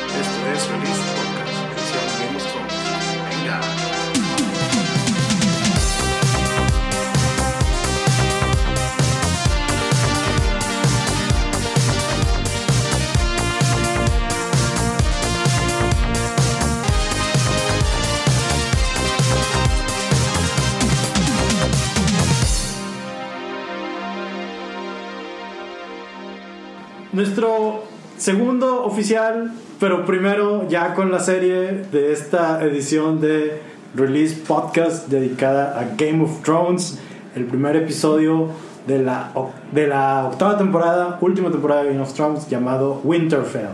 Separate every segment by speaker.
Speaker 1: ustedes feliz podcast, edición Game of Thrones. Venga.
Speaker 2: Nuestro segundo oficial, pero primero ya con la serie de esta edición de Release Podcast dedicada a Game of Thrones, el primer episodio de la, oc- de la octava temporada, última temporada de Game of Thrones llamado Winterfell.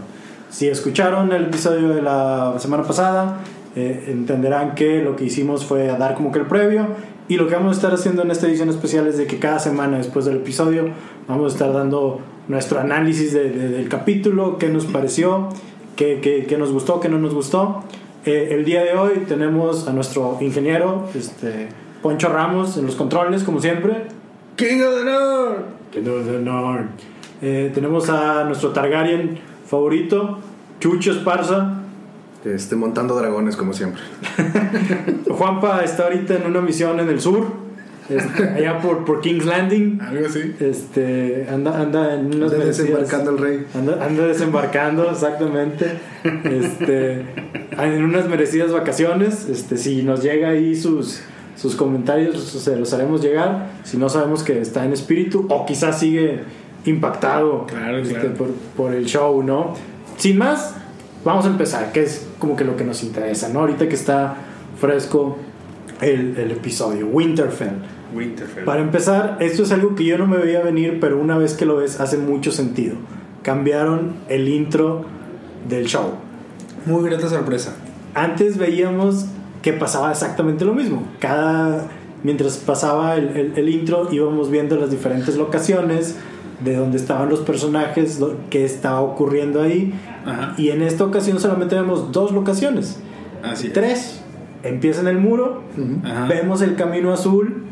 Speaker 2: Si escucharon el episodio de la semana pasada, eh, entenderán que lo que hicimos fue a dar como que el previo. Y lo que vamos a estar haciendo en esta edición especial es de que cada semana después del episodio vamos a estar dando nuestro análisis de- de- del capítulo, qué nos pareció, qué, qué- qué nos gustó, qué no nos gustó. Eh, el día de hoy tenemos a nuestro ingeniero, este, Poncho Ramos, en los controles, como siempre.
Speaker 3: King of the North.
Speaker 2: Que no, no, no. Eh, tenemos a nuestro Targaryen favorito, Chucho Esparza.
Speaker 3: Este, montando dragones como siempre.
Speaker 2: Juanpa está ahorita en una misión en el sur, este, allá por, por King's Landing.
Speaker 3: Algo así.
Speaker 2: Este, anda, anda en unas
Speaker 3: Anda
Speaker 2: merecidas-
Speaker 3: desembarcando el rey.
Speaker 2: Anda, anda desembarcando, exactamente. Este, en unas merecidas vacaciones. Este, si nos llega ahí sus, sus comentarios, se los haremos llegar. Si no sabemos que está en espíritu o quizás sigue impactado
Speaker 3: Claro,
Speaker 2: este,
Speaker 3: claro.
Speaker 2: Por, por el show, ¿no? Sin más, vamos a empezar, que es como que lo que nos interesa, ¿no? Ahorita que está fresco el, el episodio, Winterfell.
Speaker 1: Winterfell.
Speaker 2: Para empezar, esto es algo que yo no me veía venir, pero una vez que lo ves hace mucho sentido. Cambiaron el intro del show.
Speaker 3: Muy grata sorpresa.
Speaker 2: Antes veíamos que pasaba exactamente lo mismo. Cada mientras pasaba el, el- el intro íbamos viendo las diferentes locaciones de donde estaban los personajes, lo- qué estaba ocurriendo ahí.
Speaker 3: Ajá.
Speaker 2: Y en esta ocasión solamente vemos dos locaciones.
Speaker 4: Así es.
Speaker 2: Tres. Empieza en el muro,
Speaker 4: Ajá.
Speaker 2: vemos el camino azul,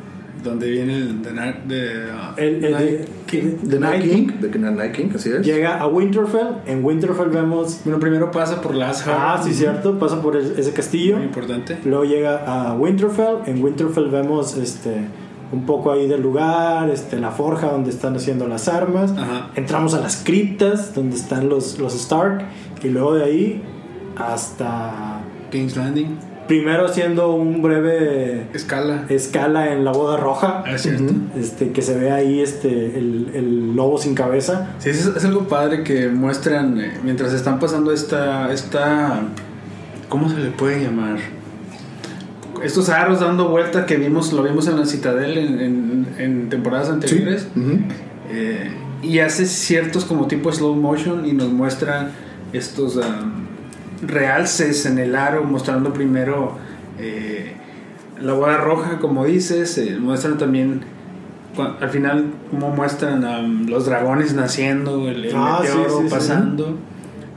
Speaker 4: Donde viene el de, Nar- de, ah,
Speaker 2: el, el de-
Speaker 3: The Night King. The Night King, así es.
Speaker 2: Llega a Winterfell. En Winterfell vemos.
Speaker 4: Bueno, primero pasa por Last
Speaker 2: Ah, sí, cierto. Pasa por es- ese castillo.
Speaker 4: Muy importante.
Speaker 2: Luego llega a Winterfell. En Winterfell vemos este, un poco ahí del lugar, este, la forja donde están haciendo las armas.
Speaker 4: Ajá.
Speaker 2: Entramos a las criptas donde están los, los Stark. Y luego de ahí hasta.
Speaker 4: King's Landing.
Speaker 2: Primero haciendo un breve
Speaker 4: Escala. Eh,
Speaker 2: escala en la boda roja.
Speaker 4: Ah, es cierto.
Speaker 2: Este, que se ve ahí este, el, el lobo sin cabeza.
Speaker 4: Sí, es, es algo padre que muestran eh, mientras están pasando esta, esta. ¿Cómo se le puede llamar? Estos arros dando vuelta que vimos, lo vimos en la Citadel en, en- en temporadas
Speaker 3: Sí.
Speaker 4: anteriores.
Speaker 3: Ujú.
Speaker 4: Eh, y hace ciertos como tipo slow motion y nos muestra estos am, realces en el aro, mostrando primero eh, la boda roja, como dices, eh, muestran también cua- al final como muestran am, los dragones naciendo, el, el
Speaker 2: Ah, sí,
Speaker 4: meteoro
Speaker 2: sí, sí.
Speaker 4: pasando.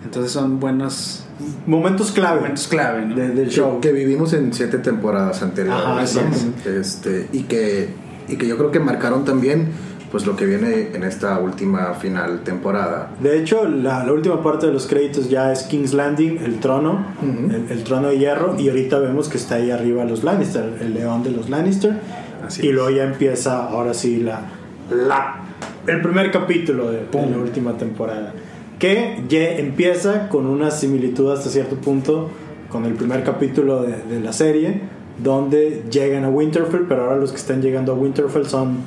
Speaker 4: Entonces son buenos
Speaker 2: Momentos clave.
Speaker 4: momentos clave, ¿no?
Speaker 2: de- del
Speaker 3: Que-
Speaker 2: show.
Speaker 3: Que vimos en siete temporadas anteriores.
Speaker 2: Ajá, así
Speaker 3: Este, y que y que yo creo que marcaron también pues lo que viene en esta última final temporada.
Speaker 2: De hecho, la, la última parte de los créditos ya es King's Landing, el trono,
Speaker 3: Ujú.
Speaker 2: el, el trono de hierro, y ahorita vemos que está ahí arriba los Lannister, el león de los Lannister.
Speaker 4: Así
Speaker 2: y
Speaker 4: es.
Speaker 2: luego ya empieza ahora sí la, la el primer capítulo de, de la última temporada. Que ya empieza con una similitud hasta cierto punto con el primer capítulo de, de la serie, donde llegan a Winterfell, pero ahora los que están llegando a Winterfell son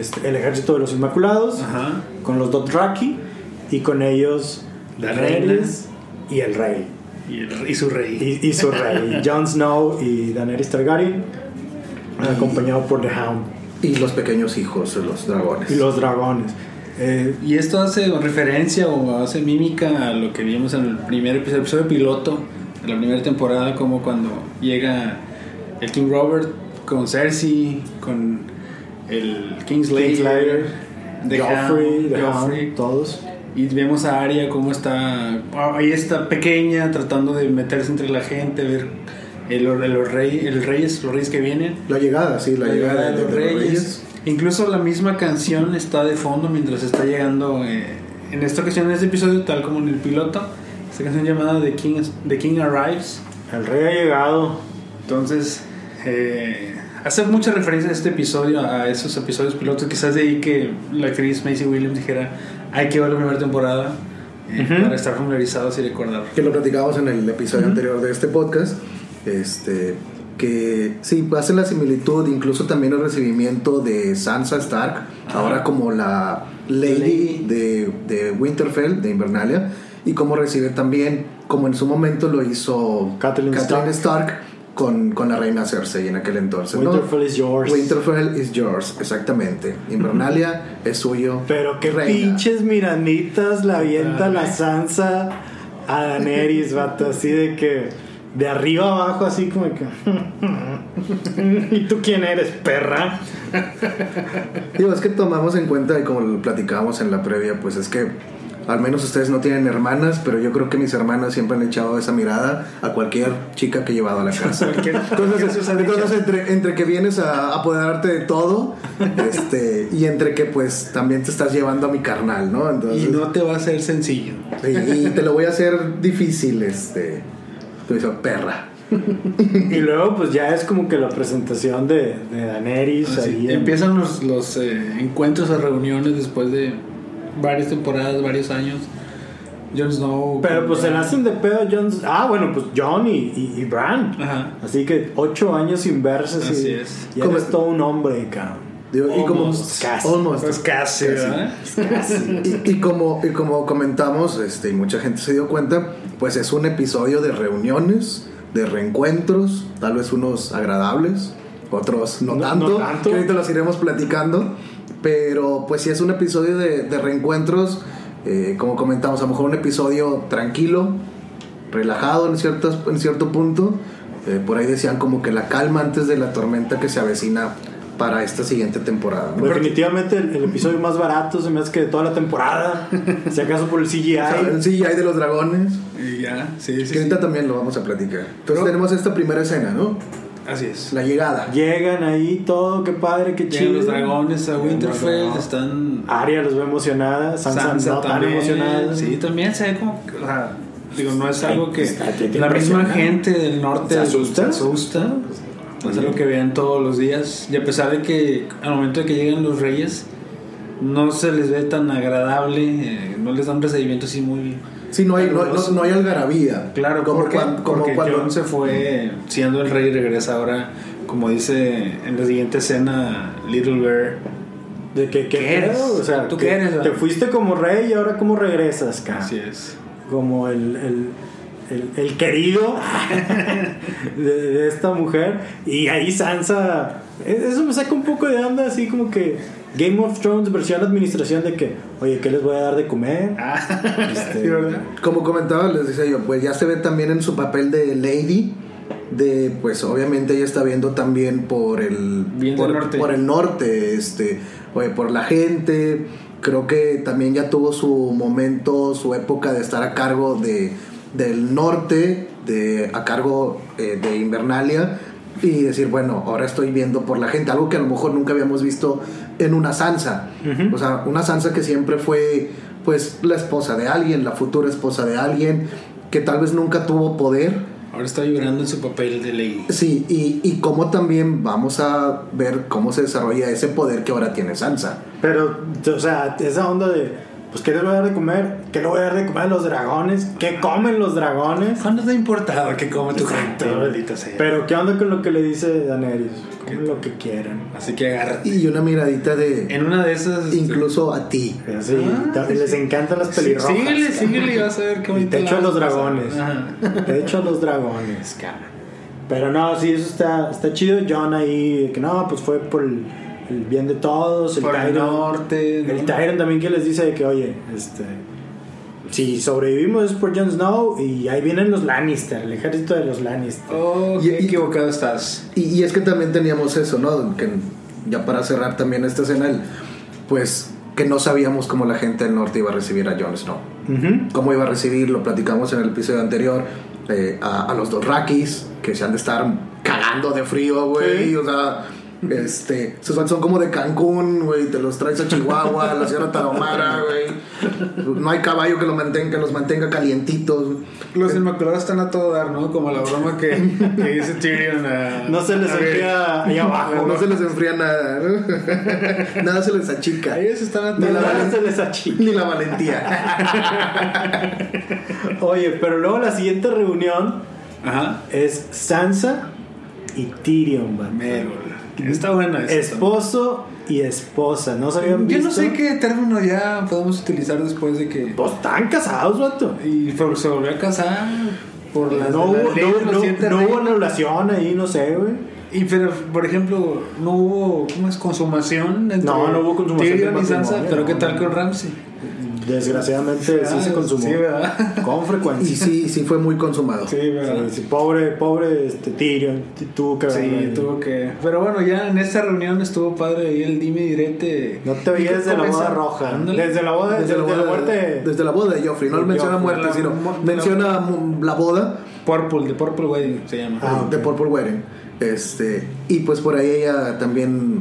Speaker 2: este, el ejército de los Inmaculados
Speaker 4: Ajá.
Speaker 2: con los Dothraki y con ellos
Speaker 4: La
Speaker 2: Daenerys y el rey
Speaker 4: Y, el- y su rey.
Speaker 2: y, y su rey Jon Snow y Daenerys Targaryen acompañado por The Hound
Speaker 3: Y los pequeños hijos, los dragones.
Speaker 2: y los dragones Eh,
Speaker 4: Y esto hace referencia o hace mímica a lo que vimos en el primer episodio, episodio piloto de la primera temporada, como cuando llega el King Robert con Cersei, con el Kingslayer,
Speaker 2: Kingslayer,
Speaker 4: The
Speaker 2: Joffrey,
Speaker 4: Hound,
Speaker 2: The
Speaker 4: Joffrey.
Speaker 2: Hound, todos.
Speaker 4: y vemos a Arya como está, ah, ahí está pequeña, tratando de meterse entre la gente, ver el, el, el rey, el reyes, los reyes que vienen.
Speaker 3: La llegada, sí, la,
Speaker 4: La llegada de los
Speaker 3: de
Speaker 4: Reyes. Incluso la misma canción está de fondo mientras está llegando. eh, en esta ocasión, en este episodio, tal como en el piloto, Esta canción llamada The King, The King Arrives.
Speaker 2: El rey ha llegado.
Speaker 4: Entonces, eh, hace mucha referencia a este episodio, a esos episodios pilotos. Quizás de ahí que la actriz Macy Williams dijera, hay que ver la primera temporada eh,
Speaker 2: Ujú.
Speaker 4: para estar familiarizados y recordar.
Speaker 3: que lo platicábamos en el episodio anterior de este podcast, este, que sí, hace la similitud, incluso también el recibimiento de Sansa Stark, ahora como la lady de, de Winterfell, de Invernalia, y cómo recibe también, como en su momento lo hizo
Speaker 2: Catelyn
Speaker 3: Catelyn Stark, con, con la reina Cersei en aquel entonces. ¿no?
Speaker 2: Winterfell is yours.
Speaker 3: Winterfell is yours, exactamente. Invernalia es suyo.
Speaker 2: Pero qué
Speaker 3: reina.
Speaker 2: pinches miranitas la avienta la Sansa a Daenerys, vato. Así de que de arriba abajo, así como que. ¿Y tú quién eres, perra?
Speaker 3: Digo, es que tomamos en cuenta, y como lo platicábamos en la previa, pues es que al menos ustedes no tienen hermanas, pero yo creo que mis hermanas siempre han echado esa mirada a cualquier chica que he llevado a la casa. Entonces, entonces, entre, entre que vienes a apoderarte de todo, este, y entre que pues también te estás llevando a mi carnal, ¿no? Entonces,
Speaker 4: Y no te va a ser sencillo.
Speaker 3: sí, y te lo voy a hacer difícil, este. Tú dices, perra.
Speaker 2: Y luego, pues ya es como que la presentación de, de Daenerys.
Speaker 4: Así,
Speaker 2: ahí en-
Speaker 4: empiezan los, los, eh, encuentros o reuniones después de varias temporadas, varios años. Jon Snow.
Speaker 2: Pero
Speaker 4: con
Speaker 2: pues se
Speaker 4: Bran.
Speaker 2: la hacen de pedo a Jon. Ah, bueno, pues Jon y, y, y Bran.
Speaker 4: Ajá.
Speaker 2: Así que ocho años sin verse. sí.
Speaker 4: Así es.
Speaker 2: Ya
Speaker 3: Como-
Speaker 2: eres todo un hombre, cabrón.
Speaker 3: Digo, y como.
Speaker 4: Almost.
Speaker 2: Casi.
Speaker 3: Almost.
Speaker 4: Pues casi,
Speaker 3: Casi.
Speaker 4: ¿verdad?
Speaker 3: Y, y como, y como comentamos, este, y mucha gente se dio cuenta, pues es un episodio de reuniones, de reencuentros, tal vez unos agradables, otros no,
Speaker 2: No- no
Speaker 3: tanto,
Speaker 2: tanto.
Speaker 3: que ahorita los iremos platicando, pero pues sí es un episodio de, de reencuentros, eh, como comentamos, a lo mejor un episodio tranquilo, relajado en, ciertas, en cierto punto, Eh, por ahí decían como que la calma antes de la tormenta que se avecina para esta siguiente temporada. ¿no?
Speaker 2: Definitivamente el, el episodio más barato se me hace que de toda la temporada. si acaso por el CGI.
Speaker 3: O sea, sí, hay de los dragones.
Speaker 4: Y ya, sí, sí,
Speaker 3: Que
Speaker 4: sí.
Speaker 3: ahorita también lo vamos a platicar. Entonces
Speaker 4: Pero-
Speaker 3: tenemos esta primera escena, ¿no?
Speaker 4: Así es.
Speaker 3: La llegada.
Speaker 2: Llegan ahí todo, qué padre, qué
Speaker 4: Llegan
Speaker 2: chido.
Speaker 4: los dragones a
Speaker 2: Llegan los
Speaker 4: Winterfell,
Speaker 2: dragones.
Speaker 4: están.
Speaker 2: Arya los ve emocionada, Sansa, no tan emocionada.
Speaker 4: Sí, también se ve como. que, O sea, digo, no es algo que.
Speaker 2: Está- te- te
Speaker 4: la misma
Speaker 2: impresiona.
Speaker 4: gente del norte
Speaker 2: ¿Se asusta? Pues
Speaker 4: se asusta. Es algo que vean todos los días. Y a pesar de que al momento de que llegan los reyes, no se les ve tan agradable, eh, no les dan un recibimiento así muy.
Speaker 3: Sí, no hay, no, no- no hay algarabía.
Speaker 4: Claro,
Speaker 3: como
Speaker 4: porque,
Speaker 3: cuan- como
Speaker 4: porque
Speaker 3: cuando
Speaker 4: Jon se fue siendo el rey y regresa ahora, como dice en la siguiente escena, Little Bear.
Speaker 2: De que, ¿qué
Speaker 4: ¿Qué eres?
Speaker 2: pedo? O sea,
Speaker 4: ¿Tú
Speaker 2: que-
Speaker 4: qué eres, va?
Speaker 2: Te fuiste como rey y ahora cómo regresas, cara.
Speaker 4: Así es.
Speaker 2: Como el, el, el- el querido de, de esta mujer. Y ahí Sansa. e- Eso me saca un poco de onda, así como que Game of Thrones versión administración de que, oye, ¿qué les voy a dar de comer? Este,
Speaker 4: Sí, ¿verdad?
Speaker 3: Como comentaba, les decía yo, pues ya se ve también en su papel de Lady, de pues obviamente ella está viendo también por el
Speaker 4: Viendo
Speaker 3: por,
Speaker 4: el norte.
Speaker 3: por el norte, este, oye, por la gente. Creo que también ya tuvo su momento, su época de estar a cargo de del norte, de a cargo eh, de Invernalia y decir, bueno, ahora estoy viendo por la gente, algo que a lo mejor nunca habíamos visto en una Sansa. O sea, una Sansa que siempre fue pues la esposa de alguien, la futura esposa de alguien, que tal vez nunca tuvo poder.
Speaker 4: Ahora está vibrando en su papel de ley.
Speaker 3: Sí, y, y cómo también vamos a ver cómo se desarrolla ese poder que ahora tiene Sansa.
Speaker 2: Pero, o sea, esa onda de, pues, ¿qué les voy a dar de comer? ¿Qué le voy a dar de comer a los dragones? ¿Qué comen los dragones?
Speaker 4: ¿Cuándo te ha importado que come tu gente?
Speaker 2: Exacto.
Speaker 4: Maldita sea.
Speaker 2: Pero, ¿qué onda con lo que le dice Daenerys? Comen lo que quieran.
Speaker 4: Así que agárrate.
Speaker 3: Y una miradita de
Speaker 4: En una de esas.
Speaker 3: incluso a ti.
Speaker 2: Así,
Speaker 4: Ah,
Speaker 2: y les encantan las pelirrojas.
Speaker 4: Síguele, síguele y vas a ver qué bonito
Speaker 2: te
Speaker 4: la
Speaker 2: echo a
Speaker 4: vas
Speaker 2: los
Speaker 4: pasar.
Speaker 2: dragones.
Speaker 4: Ajá.
Speaker 2: De hecho, a los dragones, cara. Pero no, sí, eso está, está chido. John ahí, de que no, pues fue por el, el bien de todos.
Speaker 4: Por el
Speaker 2: Tyrion-
Speaker 4: norte. ¿no?
Speaker 2: El Tyrion también que les dice de que, oye, este. Si sobrevivimos es por Jon Snow y ahí vienen los Lannister, el ejército de los Lannister.
Speaker 4: Oh,
Speaker 3: Y-
Speaker 4: qué
Speaker 3: y-
Speaker 4: equivocado estás.
Speaker 3: Y, y es que también teníamos eso, ¿no? Que ya para cerrar también esta escena, el- pues que no sabíamos cómo la gente del norte iba a recibir a Jon Snow.
Speaker 2: Ujú.
Speaker 3: Cómo iba a recibir, lo platicamos en el episodio anterior, eh, a, a los dos Rakis, que se han de estar cagando de frío, güey.
Speaker 2: Sí.
Speaker 3: O sea, Este, esos vatos son como de Cancún, güey, te los traes a Chihuahua, a la Sierra Tarahumara, güey. No hay caballo que, lo mantenga, que los mantenga calientitos.
Speaker 4: Los Inmaculados están a todo dar, ¿no? Como la broma que, que dice Tyrion a...
Speaker 2: No se les
Speaker 4: a Rhaegar.
Speaker 2: enfría ahí abajo.
Speaker 3: No se les enfría nada, ¿no? nada se les achica.
Speaker 4: A Ellos están a
Speaker 2: No,
Speaker 4: todo
Speaker 3: la-
Speaker 4: dar.
Speaker 2: no se les achica.
Speaker 3: Ni la valentía.
Speaker 2: Oye, pero luego la siguiente reunión
Speaker 4: Ajá.
Speaker 2: es Sansa y Tyrion, man.
Speaker 4: Mero. Está buena esa.
Speaker 2: Esposo y esposa. No se habían
Speaker 4: Yo
Speaker 2: visto.
Speaker 4: no sé qué término ya podemos utilizar después de que...
Speaker 2: Pues están casados, vato.
Speaker 4: Y por- se volvió a casar por las
Speaker 2: No
Speaker 4: de la
Speaker 2: hubo,
Speaker 4: ley de
Speaker 2: no,
Speaker 4: los
Speaker 2: no-
Speaker 4: siete
Speaker 2: no hubo
Speaker 4: reinos.
Speaker 2: anulación ahí, no sé, güey.
Speaker 4: Y pero, por ejemplo, no hubo ¿cómo es? consumación entre
Speaker 2: No, no hubo consumación
Speaker 4: Tyrion
Speaker 2: de
Speaker 4: y Sansa,
Speaker 2: matrimonio,
Speaker 4: pero
Speaker 2: no,
Speaker 4: ¿qué tal
Speaker 2: no.
Speaker 4: con Ramsey? Ah,
Speaker 2: Desgraciadamente sí se consumó.
Speaker 4: Sí, ¿verdad?
Speaker 2: con
Speaker 3: Y
Speaker 2: frecuencia.
Speaker 3: sí, sí fue muy consumado.
Speaker 4: Sí, ¿verdad?
Speaker 2: Sí, pobre, pobre este, Tyrion. t- Tuvo que
Speaker 4: Sí,
Speaker 2: haber-
Speaker 4: tuvo que. Pero bueno, ya en esta reunión estuvo padre ahí el dime y direte.
Speaker 2: No te veías desde la boda roja.
Speaker 4: Ándale.
Speaker 2: Desde la boda, desde, la, muerte.
Speaker 3: desde la boda de Joffrey. No
Speaker 2: de
Speaker 3: menciona
Speaker 2: Joffrey,
Speaker 3: muerte,
Speaker 4: la-
Speaker 3: sino
Speaker 4: la-
Speaker 3: menciona mu- la boda eh,
Speaker 4: Purple, de Purple Wedding se llama.
Speaker 2: Ah,
Speaker 3: de
Speaker 2: ok.
Speaker 3: Purple Wedding. Este, y pues por ahí ella también,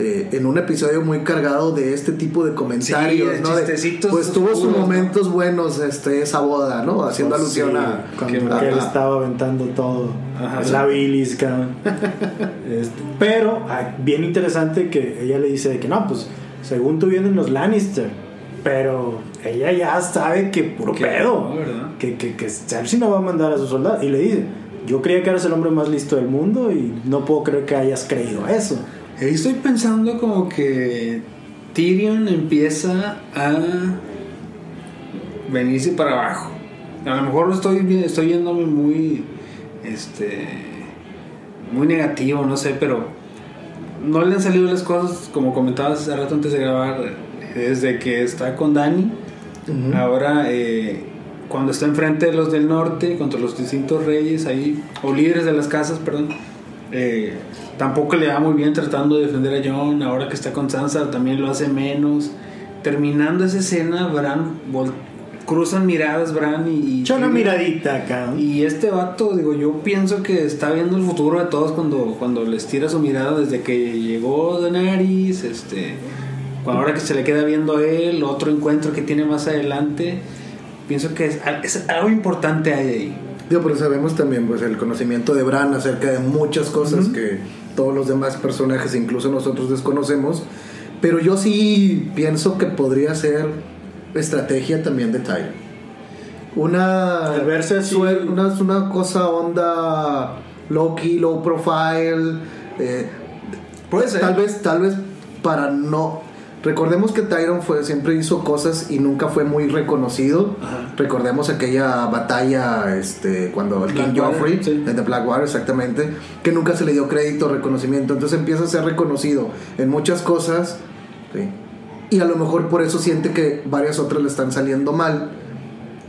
Speaker 3: eh, en un episodio muy cargado de este tipo de comentarios,
Speaker 4: Sí,
Speaker 3: ¿no? De-
Speaker 4: chistecitos
Speaker 3: pues tuvo sus
Speaker 4: oscuros, ¿no?
Speaker 3: momentos buenos este, esa boda, ¿no? Haciendo
Speaker 2: Pues,
Speaker 3: alusión
Speaker 2: sí,
Speaker 3: a...
Speaker 2: Cuando
Speaker 3: a-
Speaker 2: que este él
Speaker 3: a-
Speaker 2: estaba aventando todo.
Speaker 4: Ajá.
Speaker 2: la bilis, cabrón. Este, pero, ah, bien interesante que ella le dice de que no, pues, según tú vienen los Lannister. Pero ella ya sabe que puro
Speaker 4: Que
Speaker 2: pedo.
Speaker 4: no, ¿verdad?
Speaker 2: que, que, que Cersei no va a mandar a sus soldados. Y le dice, yo creía que eras el hombre más listo del mundo y no puedo creer que hayas creído eso.
Speaker 4: Ahí estoy pensando como que Tyrion empieza a venirse para abajo. A lo mejor lo estoy, vi- estoy yéndome muy, este, muy negativo, no sé, pero no le han salido las cosas como comentabas hace rato antes de grabar, desde que está con Dani.
Speaker 3: Ujú.
Speaker 4: Ahora, eh, cuando está enfrente de los del norte, contra los distintos reyes ahí, o líderes de las casas, perdón, eh, tampoco le va muy bien tratando de defender a John. Ahora que está con Sansa, también lo hace menos. Terminando esa escena, Bran vol- cruzan miradas, Bran y. y-
Speaker 2: Echa una
Speaker 4: y-
Speaker 2: miradita acá.
Speaker 4: y este vato, digo, yo pienso que está viendo el futuro de todos cuando, cuando les tira su mirada desde que llegó Daenerys, este, cuando ahora que se le queda viendo a él, otro encuentro que tiene más adelante. Pienso que es, es algo importante hay ahí.
Speaker 3: Digo, pero sabemos también pues el conocimiento de Bran acerca de muchas cosas que todos los demás personajes, incluso nosotros, desconocemos. Pero yo sí pienso que podría ser estrategia también de Tyrion. Una,
Speaker 2: Al verse así-
Speaker 3: suer- una, una cosa onda low key, low profile. eh,
Speaker 4: Puede ser.
Speaker 3: tal vez, tal vez para no. Recordemos que Tyron fue, siempre hizo cosas y nunca fue muy reconocido.
Speaker 4: Ajá.
Speaker 3: Recordemos aquella batalla este, cuando el King
Speaker 4: Blackwater,
Speaker 3: Joffrey,
Speaker 4: sí.
Speaker 3: el de Blackwater, exactamente, que nunca se le dio crédito, reconocimiento. Entonces empieza a ser reconocido en muchas cosas. ¿sí? Y a lo mejor por eso siente que varias otras le están saliendo mal.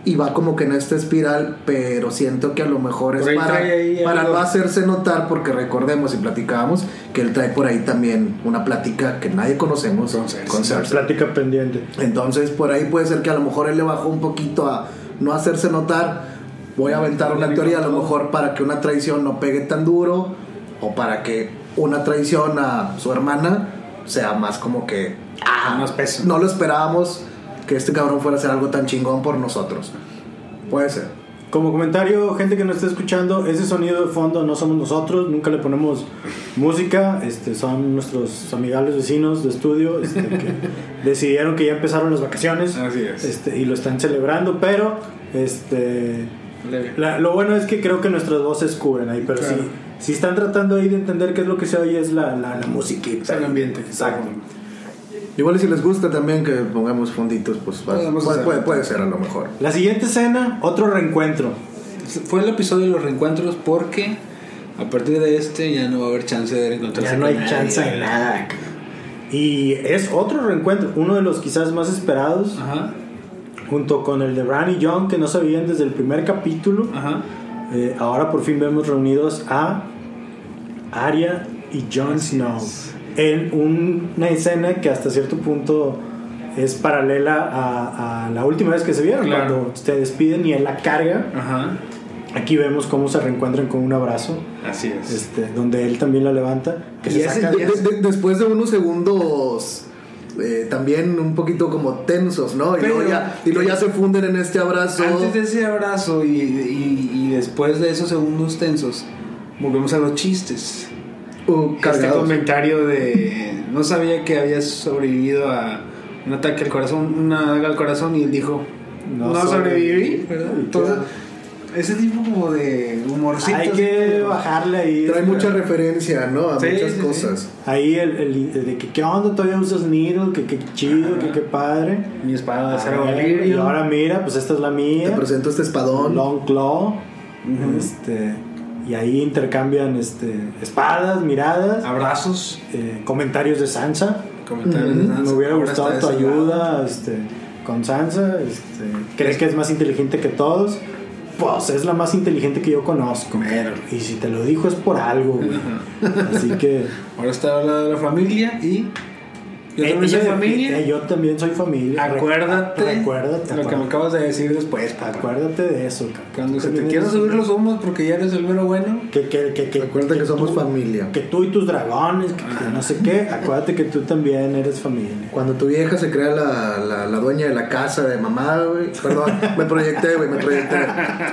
Speaker 3: Y va como que en esta espiral, pero siento que a lo mejor es
Speaker 4: Por ahí
Speaker 3: para,
Speaker 4: trae ahí
Speaker 3: para
Speaker 4: algo.
Speaker 3: no hacerse notar, porque recordemos y platicábamos que él trae por ahí también una plática que nadie conocemos
Speaker 4: Con Cersei.
Speaker 3: con Cersei.
Speaker 2: Plática pendiente.
Speaker 3: Entonces por ahí puede ser que a lo mejor él le bajó un poquito a no hacerse notar. Voy a aventar una teoría a lo mejor para que una traición no pegue tan duro o para que una traición a su hermana sea más como que... ah,
Speaker 4: Con más peso.
Speaker 3: No lo esperábamos que este cabrón fuera a hacer algo tan chingón por nosotros. Puede ser.
Speaker 2: Como comentario, gente que nos está escuchando, ese sonido de fondo no somos nosotros, nunca le ponemos música, este, son nuestros amigables vecinos de estudio este, que decidieron que ya empezaron las vacaciones
Speaker 4: Así es.
Speaker 2: este, y lo están celebrando, pero este,
Speaker 4: Leve.
Speaker 2: la- lo bueno es que creo que nuestras voces cubren ahí, pero
Speaker 4: Claro.
Speaker 2: si, si están tratando ahí de entender qué es lo que se oye es la, la, la musiquita.
Speaker 4: Es el ambiente.
Speaker 2: Exacto.
Speaker 3: Igual y si les gusta también que pongamos fonditos, pues va-
Speaker 4: Podemos
Speaker 3: puede,
Speaker 4: hacer.
Speaker 3: puede- puede ser a lo mejor.
Speaker 2: La siguiente escena, otro reencuentro.
Speaker 4: Fue el episodio de los reencuentros porque a partir de este ya no va a haber chance de reencontrarse.
Speaker 2: Ya no
Speaker 4: con
Speaker 2: hay
Speaker 4: nadie.
Speaker 2: chance de nada. Y es otro reencuentro, uno de los quizás más esperados,
Speaker 4: Ajá,
Speaker 2: junto con el de Bran y John, que no se veían desde el primer capítulo.
Speaker 4: ajá.
Speaker 2: Eh, ahora por fin vemos reunidos a Arya y Jon Snow en un- una escena que hasta cierto punto es paralela a, a la última vez que se vieron,
Speaker 4: Claro.
Speaker 2: cuando se despiden y él la carga.
Speaker 4: Ajá.
Speaker 2: Aquí vemos cómo se reencuentran con un abrazo,
Speaker 4: Así es.
Speaker 2: este, donde él también la levanta. Que
Speaker 3: Y
Speaker 2: se
Speaker 3: ese-
Speaker 2: saca-
Speaker 3: de- de- de- después de unos segundos eh, también un poquito como tensos, ¿no? Y,
Speaker 4: Pero-
Speaker 3: luego ya, y luego ya se funden en este abrazo.
Speaker 4: Antes de ese abrazo y, y- y después de esos segundos tensos, volvemos a los chistes.
Speaker 3: uh,
Speaker 4: Este
Speaker 3: cargados.
Speaker 4: comentario de no sabía que habías sobrevivido a un ataque al corazón, una daga al corazón y él dijo
Speaker 2: No
Speaker 4: no, sobreviví,
Speaker 2: sobreviví,
Speaker 4: ¿verdad?
Speaker 2: y
Speaker 4: Entonces
Speaker 2: claro.
Speaker 4: ese tipo como de humorcito.
Speaker 2: Hay que bajarle ahí.
Speaker 3: Trae
Speaker 2: este,
Speaker 3: mucha referencia, ¿no? A
Speaker 4: Sí,
Speaker 3: muchas
Speaker 4: sí, sí.
Speaker 3: cosas.
Speaker 2: Ahí el, el- el de que qué onda, todavía usas Needle, que qué chido, que qué padre.
Speaker 4: Mi espada de acero
Speaker 2: Ah,
Speaker 4: Valirio.
Speaker 2: y ahora mira, pues esta es la
Speaker 3: Te
Speaker 2: mía.
Speaker 3: presento este espadón.
Speaker 2: Long Claw. este, y ahí intercambian este, espadas, miradas,
Speaker 4: abrazos,
Speaker 2: eh, comentarios de Sansa.
Speaker 4: comentarios. de
Speaker 2: Me
Speaker 4: danza.
Speaker 2: hubiera
Speaker 4: Ahora
Speaker 2: gustado
Speaker 4: está
Speaker 2: tu
Speaker 4: de ese lado.
Speaker 2: ayuda este, con Sansa. Este, ¿Crees que es más inteligente que todos? Pues es la más inteligente que yo conozco.
Speaker 4: Mero.
Speaker 2: Y si te lo dijo es por algo, güey. Así que.
Speaker 4: Ahora está hablando de la familia y yo también soy
Speaker 2: Ella-
Speaker 4: familia.
Speaker 2: eh, yo también soy familia.
Speaker 4: Acuérdate,
Speaker 2: Recuérdate.
Speaker 4: lo que me
Speaker 2: acuérdate,
Speaker 4: acabas de decir después, papá.
Speaker 2: acuérdate de eso, cabrón.
Speaker 4: Cuando
Speaker 2: Tú
Speaker 4: se te
Speaker 2: también
Speaker 4: quieran
Speaker 2: eres-
Speaker 4: subir los humos porque ya eres el mero bueno,
Speaker 2: Que, que, que, que,
Speaker 3: Recuerda que somos
Speaker 2: tú-
Speaker 3: familia.
Speaker 2: Que tú y tus dragones, que, que no sé qué. Acuérdate que tú también eres familia.
Speaker 3: Cuando tu vieja se crea la, la, la dueña de la casa de mamá, güey. Perdón, me proyecté, güey, me proyecté.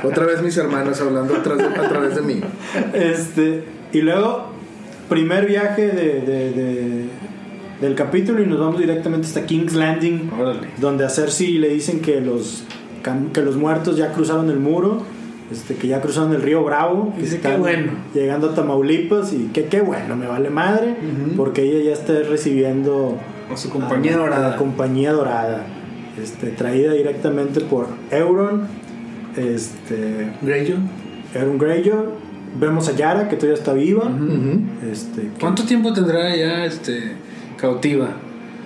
Speaker 3: Otra vez mis hermanos hablando a través, a través de mí.
Speaker 2: Este, y luego, primer viaje de, de- de- del capítulo y nos vamos directamente hasta King's Landing,
Speaker 4: órale.
Speaker 2: donde a Cersei le dicen que los, cam- que los muertos ya cruzaron el muro, este, que ya cruzaron el río Bravo, que
Speaker 4: Dice,
Speaker 2: están
Speaker 4: "Qué bueno".
Speaker 2: llegando a Tamaulipas y que qué bueno, me vale madre, porque ella ya está recibiendo
Speaker 4: O su compañía
Speaker 2: a- a
Speaker 4: dorada.
Speaker 2: la compañía dorada, este, traída directamente por Euron. Este,
Speaker 4: Greyjoy.
Speaker 2: Aaron Greyjoy. Vemos a Yara, que todavía está viva.
Speaker 3: Ujú.
Speaker 2: este, que-
Speaker 4: ¿Cuánto tiempo tendrá ya este cautiva?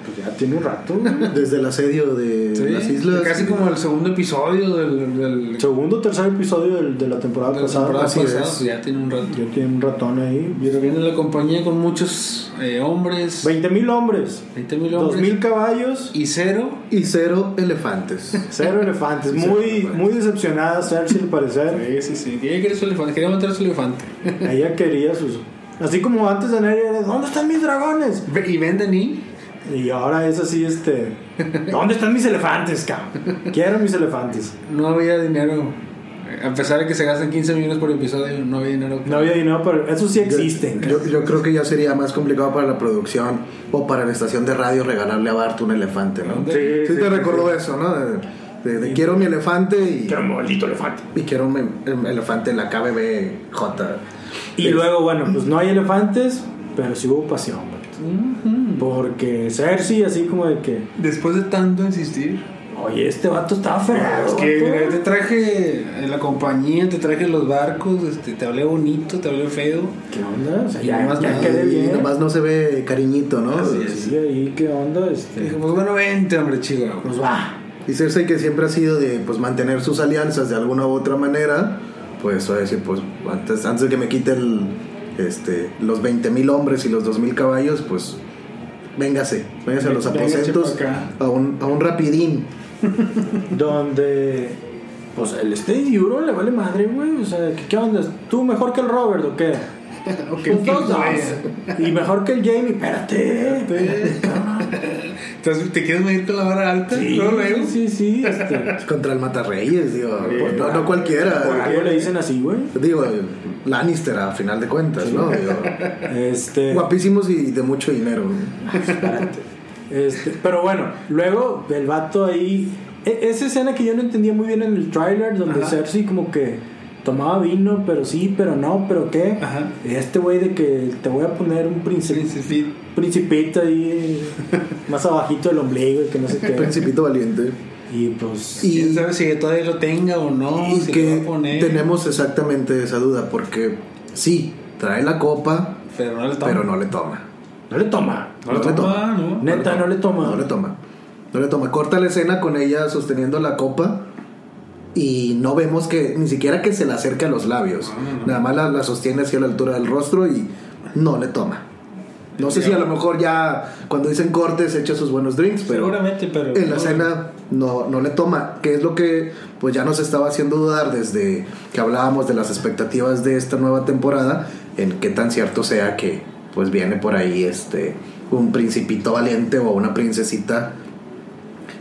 Speaker 2: Pues ya tiene un rato.
Speaker 3: Desde el asedio de
Speaker 4: Sí,
Speaker 3: las islas.
Speaker 4: Casi como el segundo episodio del, del,
Speaker 2: Segundo o tercer episodio del- de la temporada
Speaker 4: de la
Speaker 2: pasada.
Speaker 4: temporada
Speaker 2: Así
Speaker 4: pasada,
Speaker 2: es.
Speaker 4: pues ya tiene un rato.
Speaker 2: Ya tiene un ratón ahí.
Speaker 4: Pero viene la compañía con muchos eh, hombres,
Speaker 2: 20 mil hombres.
Speaker 4: 20 mil hombres
Speaker 2: 2 mil caballos.
Speaker 4: y cero.
Speaker 3: Y cero elefantes.
Speaker 2: Cero elefantes.
Speaker 3: Cero
Speaker 2: Muy,
Speaker 3: elefantes.
Speaker 2: muy decepcionada Cersei al parecer.
Speaker 4: Sí, sí, sí. Ella quería su elefante, quería matar a su elefante.
Speaker 2: Ella quería sus... Así como antes de Nery era, ¿dónde están mis dragones?
Speaker 4: Ve- Y venden y
Speaker 2: Y ahora es así, este... ¿Dónde están mis elefantes, cabrón? Quiero mis elefantes.
Speaker 4: no había dinero. A pesar de que se gastan 15 millones por episodio, no había dinero.
Speaker 2: No había dinero, pero eso sí existen.
Speaker 3: Yo, yo- yo creo que ya sería más complicado para la producción o para la estación de radio regalarle a Bart un elefante, ¿no?
Speaker 4: Sí,
Speaker 3: Sí, te recordó eso, ¿no? De, de- de quiero mi elefante y,
Speaker 2: Quiero un maldito elefante.
Speaker 3: y quiero un em- elefante en la KBBJ.
Speaker 2: Y luego, bueno, pues no hay elefantes, pero sí hubo pasión. vato.
Speaker 4: Ujú.
Speaker 2: Porque Cersei, así como de que,
Speaker 4: Después de tanto insistir.
Speaker 2: oye, este vato estaba
Speaker 4: Es
Speaker 2: fregado.
Speaker 4: que
Speaker 2: vato".
Speaker 4: mira, este- te traje en la compañía, te traje los barcos, este, te hablé bonito, te hablé feo.
Speaker 2: ¿Qué onda? O sea,
Speaker 4: Y
Speaker 2: ya,
Speaker 4: nomás
Speaker 2: ya
Speaker 4: nada,
Speaker 2: quedé
Speaker 3: Y
Speaker 2: bien.
Speaker 3: nomás no se ve cariñito, ¿no?
Speaker 4: Así es.
Speaker 2: Sí, ahí, ¿qué onda? Este,
Speaker 4: Dije, pues bueno, vente, hombre, chico.
Speaker 2: pues va.
Speaker 3: Y Cersei que siempre ha sido de pues mantener sus alianzas de alguna u otra manera, pues va a decir, pues antes, antes de que me quite el, este, los 20.000 hombres y los 2.000 caballos, pues véngase, véngase a los
Speaker 4: Véngase
Speaker 3: aposentos,
Speaker 4: pa' acá.
Speaker 3: a un, a un rapidín.
Speaker 2: Donde, pues el Steve Euron le vale madre, güey. O sea, ¿qué, qué onda? ¿Tú mejor que el Robert o qué? Pues dos, dos. Y mejor que el Jamie, espérate.
Speaker 4: Entonces, ¿te quieres medir con la vara alta?
Speaker 2: Sí,
Speaker 4: Luego, luego.
Speaker 2: sí, sí. Este,
Speaker 3: Contra el Matarreyes, digo, pues, no, no
Speaker 2: ¿Por
Speaker 3: cualquiera.
Speaker 2: algo le dicen así, güey?
Speaker 3: Digo, Lannister a final de cuentas, ¿no? Digo,
Speaker 2: Este.
Speaker 3: guapísimos y de mucho dinero.
Speaker 2: Este, pero bueno, luego el vato ahí. e- Esa escena que yo no entendía muy bien en el tráiler, donde
Speaker 4: Ajá.
Speaker 2: Cersei como que tomaba vino, pero sí, pero no, pero qué.
Speaker 4: Ajá.
Speaker 2: Este güey de que te voy a poner un principito, principito ahí más abajito del ombligo y que no sé qué.
Speaker 3: Principito valiente.
Speaker 2: y pues.
Speaker 3: Y-
Speaker 4: ¿Quién sabe si todavía lo tenga o no?
Speaker 3: y
Speaker 4: si lo
Speaker 3: que
Speaker 4: va a poner.
Speaker 3: tenemos exactamente esa duda, porque sí, trae la copa,
Speaker 4: Pero no le toma.
Speaker 3: pero no le toma.
Speaker 2: No le toma.
Speaker 4: No le toma, ¿no?
Speaker 2: Neta, no le toma.
Speaker 3: No le toma. No le toma. Corta la escena con ella sosteniendo la copa y no vemos que, ni siquiera que se le acerque a los labios.
Speaker 4: Ah,
Speaker 3: Nada más la, la sostiene hacia la altura del rostro y no le toma. No sé si a lo mejor ya cuando dicen cortes echa sus buenos drinks, pero
Speaker 4: Seguramente, pero.
Speaker 3: en la
Speaker 4: no.
Speaker 3: escena no, no le toma, que es lo que pues ya nos estaba haciendo dudar desde que hablábamos de las expectativas de esta nueva temporada, en qué tan cierto sea que pues viene por ahí este un principito valiente o una princesita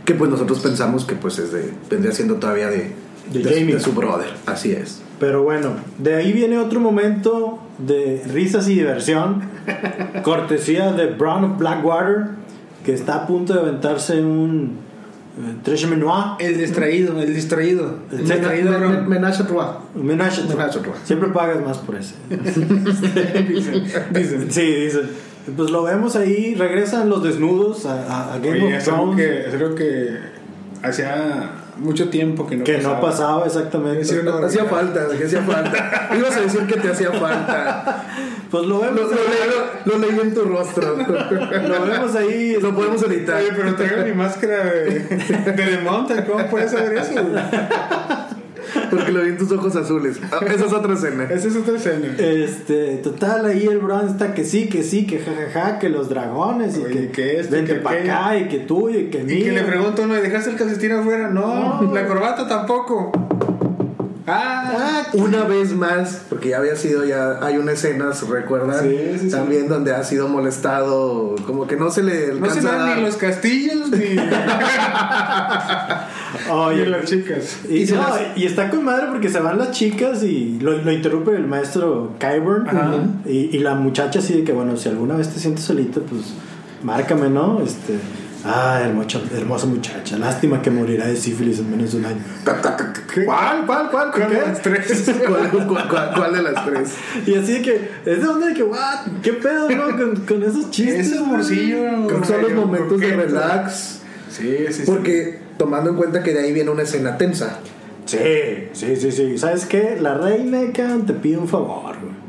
Speaker 3: que pues nosotros pensamos que pues es de, vendría siendo todavía de,
Speaker 2: De Jamie.
Speaker 3: de su brother, así es.
Speaker 2: Pero bueno, de ahí viene otro momento de risas y diversión, cortesía de Brown of Blackwater, que está a punto de aventarse un eh, Treasure Menoir,
Speaker 4: El distraído, el distraído. El
Speaker 2: Me-
Speaker 4: distraído,
Speaker 3: Me- me-
Speaker 4: Ron.
Speaker 3: Menage a trois.
Speaker 2: un Menage a Trois.
Speaker 3: Menage a trois.
Speaker 2: Siempre pagas más por ese.
Speaker 4: Dicen.
Speaker 2: Sí, dice. Pues lo vemos ahí, regresan los desnudos a, a- a Game
Speaker 4: Oye,
Speaker 2: of
Speaker 4: es algo
Speaker 2: Thrones, que,
Speaker 4: que, es algo que hacía mucho tiempo que no
Speaker 2: no pasaba exactamente.
Speaker 4: Sí, no.
Speaker 3: Hacía falta, que hacía falta. Ibas a decir que te hacía falta.
Speaker 2: Pues lo
Speaker 3: Lo,
Speaker 2: vemos,
Speaker 3: lo leí, lo- lo leí en tu rostro.
Speaker 2: lo vemos ahí.
Speaker 3: Lo podemos editar.
Speaker 4: Oye, pero traigo mi máscara de, de The Mountain, ¿cómo puedes saber eso?
Speaker 3: Porque lo vi en tus ojos azules. Ah, Esa es otra escena.
Speaker 4: Esa es otra escena.
Speaker 2: Este, total, ahí el Bron está que sí, que sí, que jajaja, que los dragones y
Speaker 4: Oye,
Speaker 2: que,
Speaker 4: que esto,
Speaker 2: vente
Speaker 4: que
Speaker 2: para
Speaker 4: aquello.
Speaker 2: acá y que tú y que
Speaker 4: Y que le
Speaker 2: mira.
Speaker 4: pregunto a uno, ¿y ¿dejaste el calcetín afuera? No, la corbata tampoco. Ah,
Speaker 3: Una vez más, porque ya había sido, ya hay una escena, ¿se ¿recuerdan?
Speaker 2: Sí, sí, sí.
Speaker 3: También donde ha sido molestado, como que no se le
Speaker 4: no
Speaker 3: alcanza
Speaker 4: se
Speaker 3: a
Speaker 4: dan
Speaker 3: dar.
Speaker 4: ni los castillos ni, ni
Speaker 2: Oye,
Speaker 4: las chicas.
Speaker 2: y,
Speaker 3: y se
Speaker 2: no,
Speaker 3: las-
Speaker 2: y está con madre porque se van las chicas y lo, lo interrumpe el maestro Kyburn
Speaker 4: Ajá.
Speaker 2: y, y la muchacha así de que bueno, si alguna vez te sientes solita, pues márcame, ¿no? Este, ah, hermosa, hermosa muchacha, lástima que morirá de sífilis en menos de un año.
Speaker 3: ¿Cuál? ¿Cuál? ¿Cuál?
Speaker 4: Con
Speaker 3: ¿Qué?
Speaker 4: las tres.
Speaker 3: ¿Cuál, cuál, cuál- cuál de las tres?
Speaker 2: Y así de que, es de onda de que, what, qué pedo, ¿no? Con, con esos chistes.
Speaker 4: Ese es este
Speaker 2: güey.
Speaker 4: morcillo.
Speaker 3: Creo que son los
Speaker 4: medio
Speaker 3: momentos de
Speaker 4: coqueto.
Speaker 3: relax.
Speaker 4: Sí, sí, sí.
Speaker 3: Porque tomando en cuenta que de ahí viene una escena tensa.
Speaker 2: Sí, sí, sí, sí. ¿Sabes qué? La reina acá te pide un favor, güey.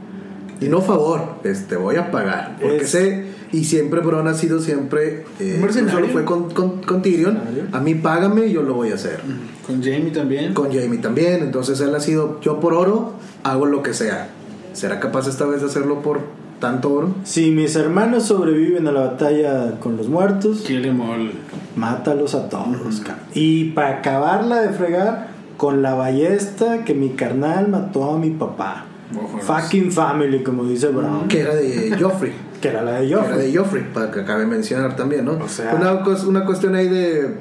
Speaker 3: Y no favor, este voy a pagar. Porque
Speaker 2: Es-
Speaker 3: sé, y siempre Bron ha sido siempre. Eh,
Speaker 4: Un mercenario.
Speaker 3: solo fue con, con, con Tyrion.
Speaker 2: Mercenario.
Speaker 3: A mí págame y yo lo voy a hacer.
Speaker 4: Con Jamie también.
Speaker 3: Con Jamie también. Entonces él ha sido yo por oro, hago lo que sea. ¿Será capaz esta vez de hacerlo por tanto oro?
Speaker 2: Si mis hermanos sobreviven a la batalla con los muertos,
Speaker 4: Kill em all.
Speaker 2: mátalos a todos, cabrón. Y para acabarla de fregar, con la ballesta que mi carnal mató a mi papá.
Speaker 4: Ojones.
Speaker 2: Fucking family, como dice Brown.
Speaker 3: Que era de Joffrey.
Speaker 2: Que era la de
Speaker 3: Que era
Speaker 2: Joffrey.
Speaker 3: de Joffrey, para que acabe de mencionar también, ¿no?
Speaker 2: O sea-
Speaker 3: una, cos- una cuestión ahí de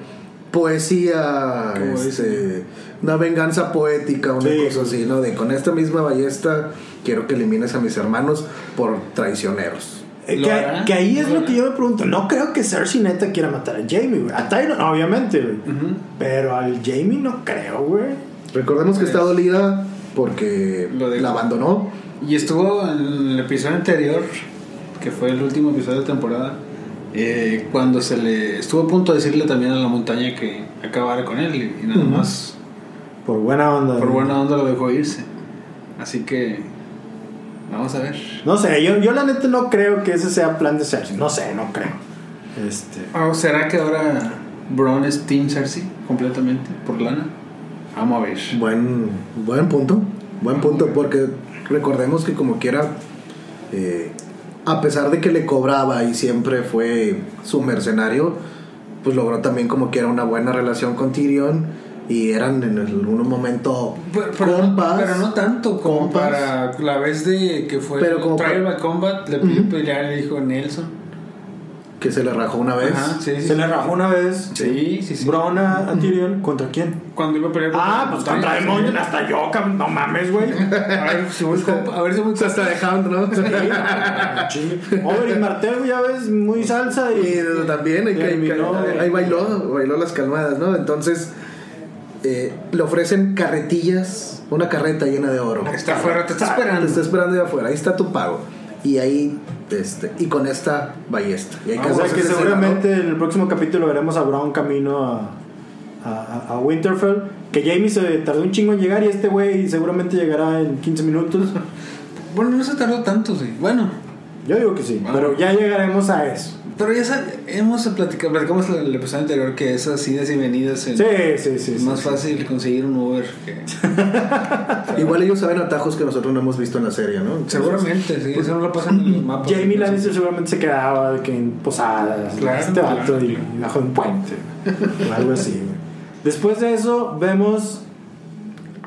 Speaker 3: poesía,
Speaker 4: Como
Speaker 3: este,
Speaker 4: dicen.
Speaker 3: una venganza poética, una
Speaker 2: Sí.
Speaker 3: cosa así, ¿no? De con esta misma ballesta quiero que elimines a mis hermanos por traicioneros.
Speaker 2: Eh,
Speaker 4: ¿Lo
Speaker 2: Que,
Speaker 4: hará?
Speaker 2: que ahí es
Speaker 4: ¿Lo
Speaker 2: lo que yo me pregunto. No creo que Cersei neta quiera matar a Jamie, güey. A Tyrion, obviamente, güey. Pero al Jamie no creo, güey.
Speaker 3: Recordemos que está
Speaker 2: Pues,
Speaker 3: dolida porque
Speaker 4: Lo de-
Speaker 3: la abandonó.
Speaker 4: Y estuvo en el episodio anterior, que fue el último episodio de temporada, eh, cuando se le estuvo a punto de decirle también a la montaña que acabara con él y, y nada más
Speaker 2: Por buena onda.
Speaker 4: por
Speaker 2: güey.
Speaker 4: buena onda lo dejó irse. Así que vamos a ver.
Speaker 2: No sé, yo, yo la neta no creo que ese sea plan de Cersei. No sé, no creo. Este.
Speaker 4: ¿O Ah, será que ahora Bron es Team Cersei completamente por lana? Vamos a ver.
Speaker 3: Buen, buen punto, buen punto, porque recordemos que como quiera, eh, a pesar de que le cobraba y siempre fue su mercenario, pues logró también como quiera una buena relación con Tyrion y eran en algún momento
Speaker 4: Pero, pero-
Speaker 3: compas.
Speaker 4: pero no tanto como
Speaker 3: compas.
Speaker 4: para la vez de que fue
Speaker 3: Pero como
Speaker 4: Trial
Speaker 3: para-
Speaker 4: by Combat, le pidió pelear y le dijo Nelson.
Speaker 3: Que se le rajó una vez.
Speaker 4: Ajá, sí, sí.
Speaker 2: Se le rajó una vez.
Speaker 4: Sí, sí, sí.
Speaker 2: Bron a, a Tyrion. ¿Contra quién?
Speaker 4: Cuando iba a pelear
Speaker 2: Ah, pues contra
Speaker 4: Montaña, sí.
Speaker 2: Demon. Hasta yo, cabrón. No mames, güey.
Speaker 4: A ver si voy compa- a ver si voy
Speaker 3: Se está dejando, ¿no?
Speaker 2: ah, Over y Martel, güey, ya ves, muy salsa. Y,
Speaker 3: Y también ahí,
Speaker 2: Terminó.
Speaker 3: ahí- ahí bailó, bailó las calmadas, ¿no? Entonces eh, le ofrecen carretillas, una carreta llena de oro.
Speaker 4: Está afuera, te está
Speaker 3: Te
Speaker 4: esperando.
Speaker 3: está esperando ahí afuera, ahí está tu pago. Y ahí, este, y con esta ballesta. Y hay
Speaker 2: O sea Ah,
Speaker 3: hacer
Speaker 2: que
Speaker 3: esa escena,
Speaker 2: seguramente en el próximo capítulo veremos a Bron camino a, a, a Winterfell. Que Jamie se tardó un chingo en llegar y este güey seguramente llegará en 15 minutos.
Speaker 4: Bueno, no se tardó tanto, sí. Bueno,
Speaker 2: Yo digo que sí,
Speaker 4: Wow.
Speaker 2: pero ya llegaremos a eso.
Speaker 4: pero ya sab- hemos platicado, platicamos en el episodio anterior que esas idas y venidas en-
Speaker 2: Sí, sí, sí.
Speaker 4: es
Speaker 2: sí.
Speaker 4: más fácil conseguir un Uber que.
Speaker 3: ¿no? Igual ellos saben atajos que nosotros no hemos visto en la serie, ¿no? Entonces,
Speaker 4: Seguramente, sí. Eso no lo pasan en los mapas.
Speaker 2: Pues Jamie
Speaker 4: Entonces,
Speaker 2: Lannister seguramente se quedaba de que en posadas,
Speaker 4: Claro,
Speaker 2: este vato
Speaker 4: claro,
Speaker 2: y
Speaker 4: claro.
Speaker 2: y bajo un puente o algo así. güey. Después de eso vemos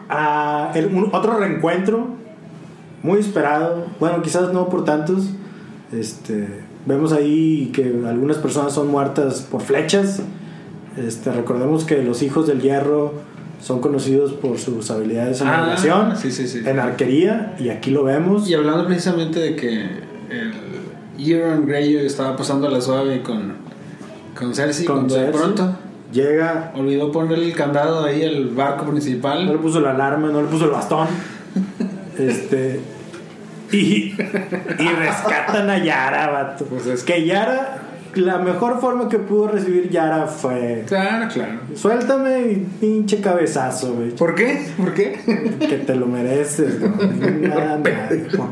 Speaker 2: a el- un- otro reencuentro muy esperado. Bueno, quizás no por tantos. Este, vemos ahí que algunas personas son muertas por flechas. Este, recordemos que los hijos del hierro son conocidos por sus habilidades en
Speaker 4: Ah,
Speaker 2: navegación,
Speaker 4: sí, sí, sí.
Speaker 2: en arquería, y aquí lo vemos.
Speaker 4: Y hablando precisamente de que el Euron Greyjoy estaba pasando la suave con, con Cersei,
Speaker 2: Con
Speaker 4: cuando de
Speaker 2: Cersei.
Speaker 4: pronto
Speaker 2: Llega,
Speaker 4: olvidó ponerle el candado ahí al barco
Speaker 2: no le
Speaker 4: principal.
Speaker 2: puso la alarma, no le puso el bastón. este, y, y rescatan a Yara, vato.
Speaker 4: Pues es
Speaker 2: que Yara, la mejor forma que pudo recibir Yara fue:
Speaker 4: Claro, claro.
Speaker 2: suéltame y pinche cabezazo, güey.
Speaker 4: ¿Por qué? ¿Por qué?
Speaker 2: Que te lo mereces, ¿no? Nada, nada, por pendejo.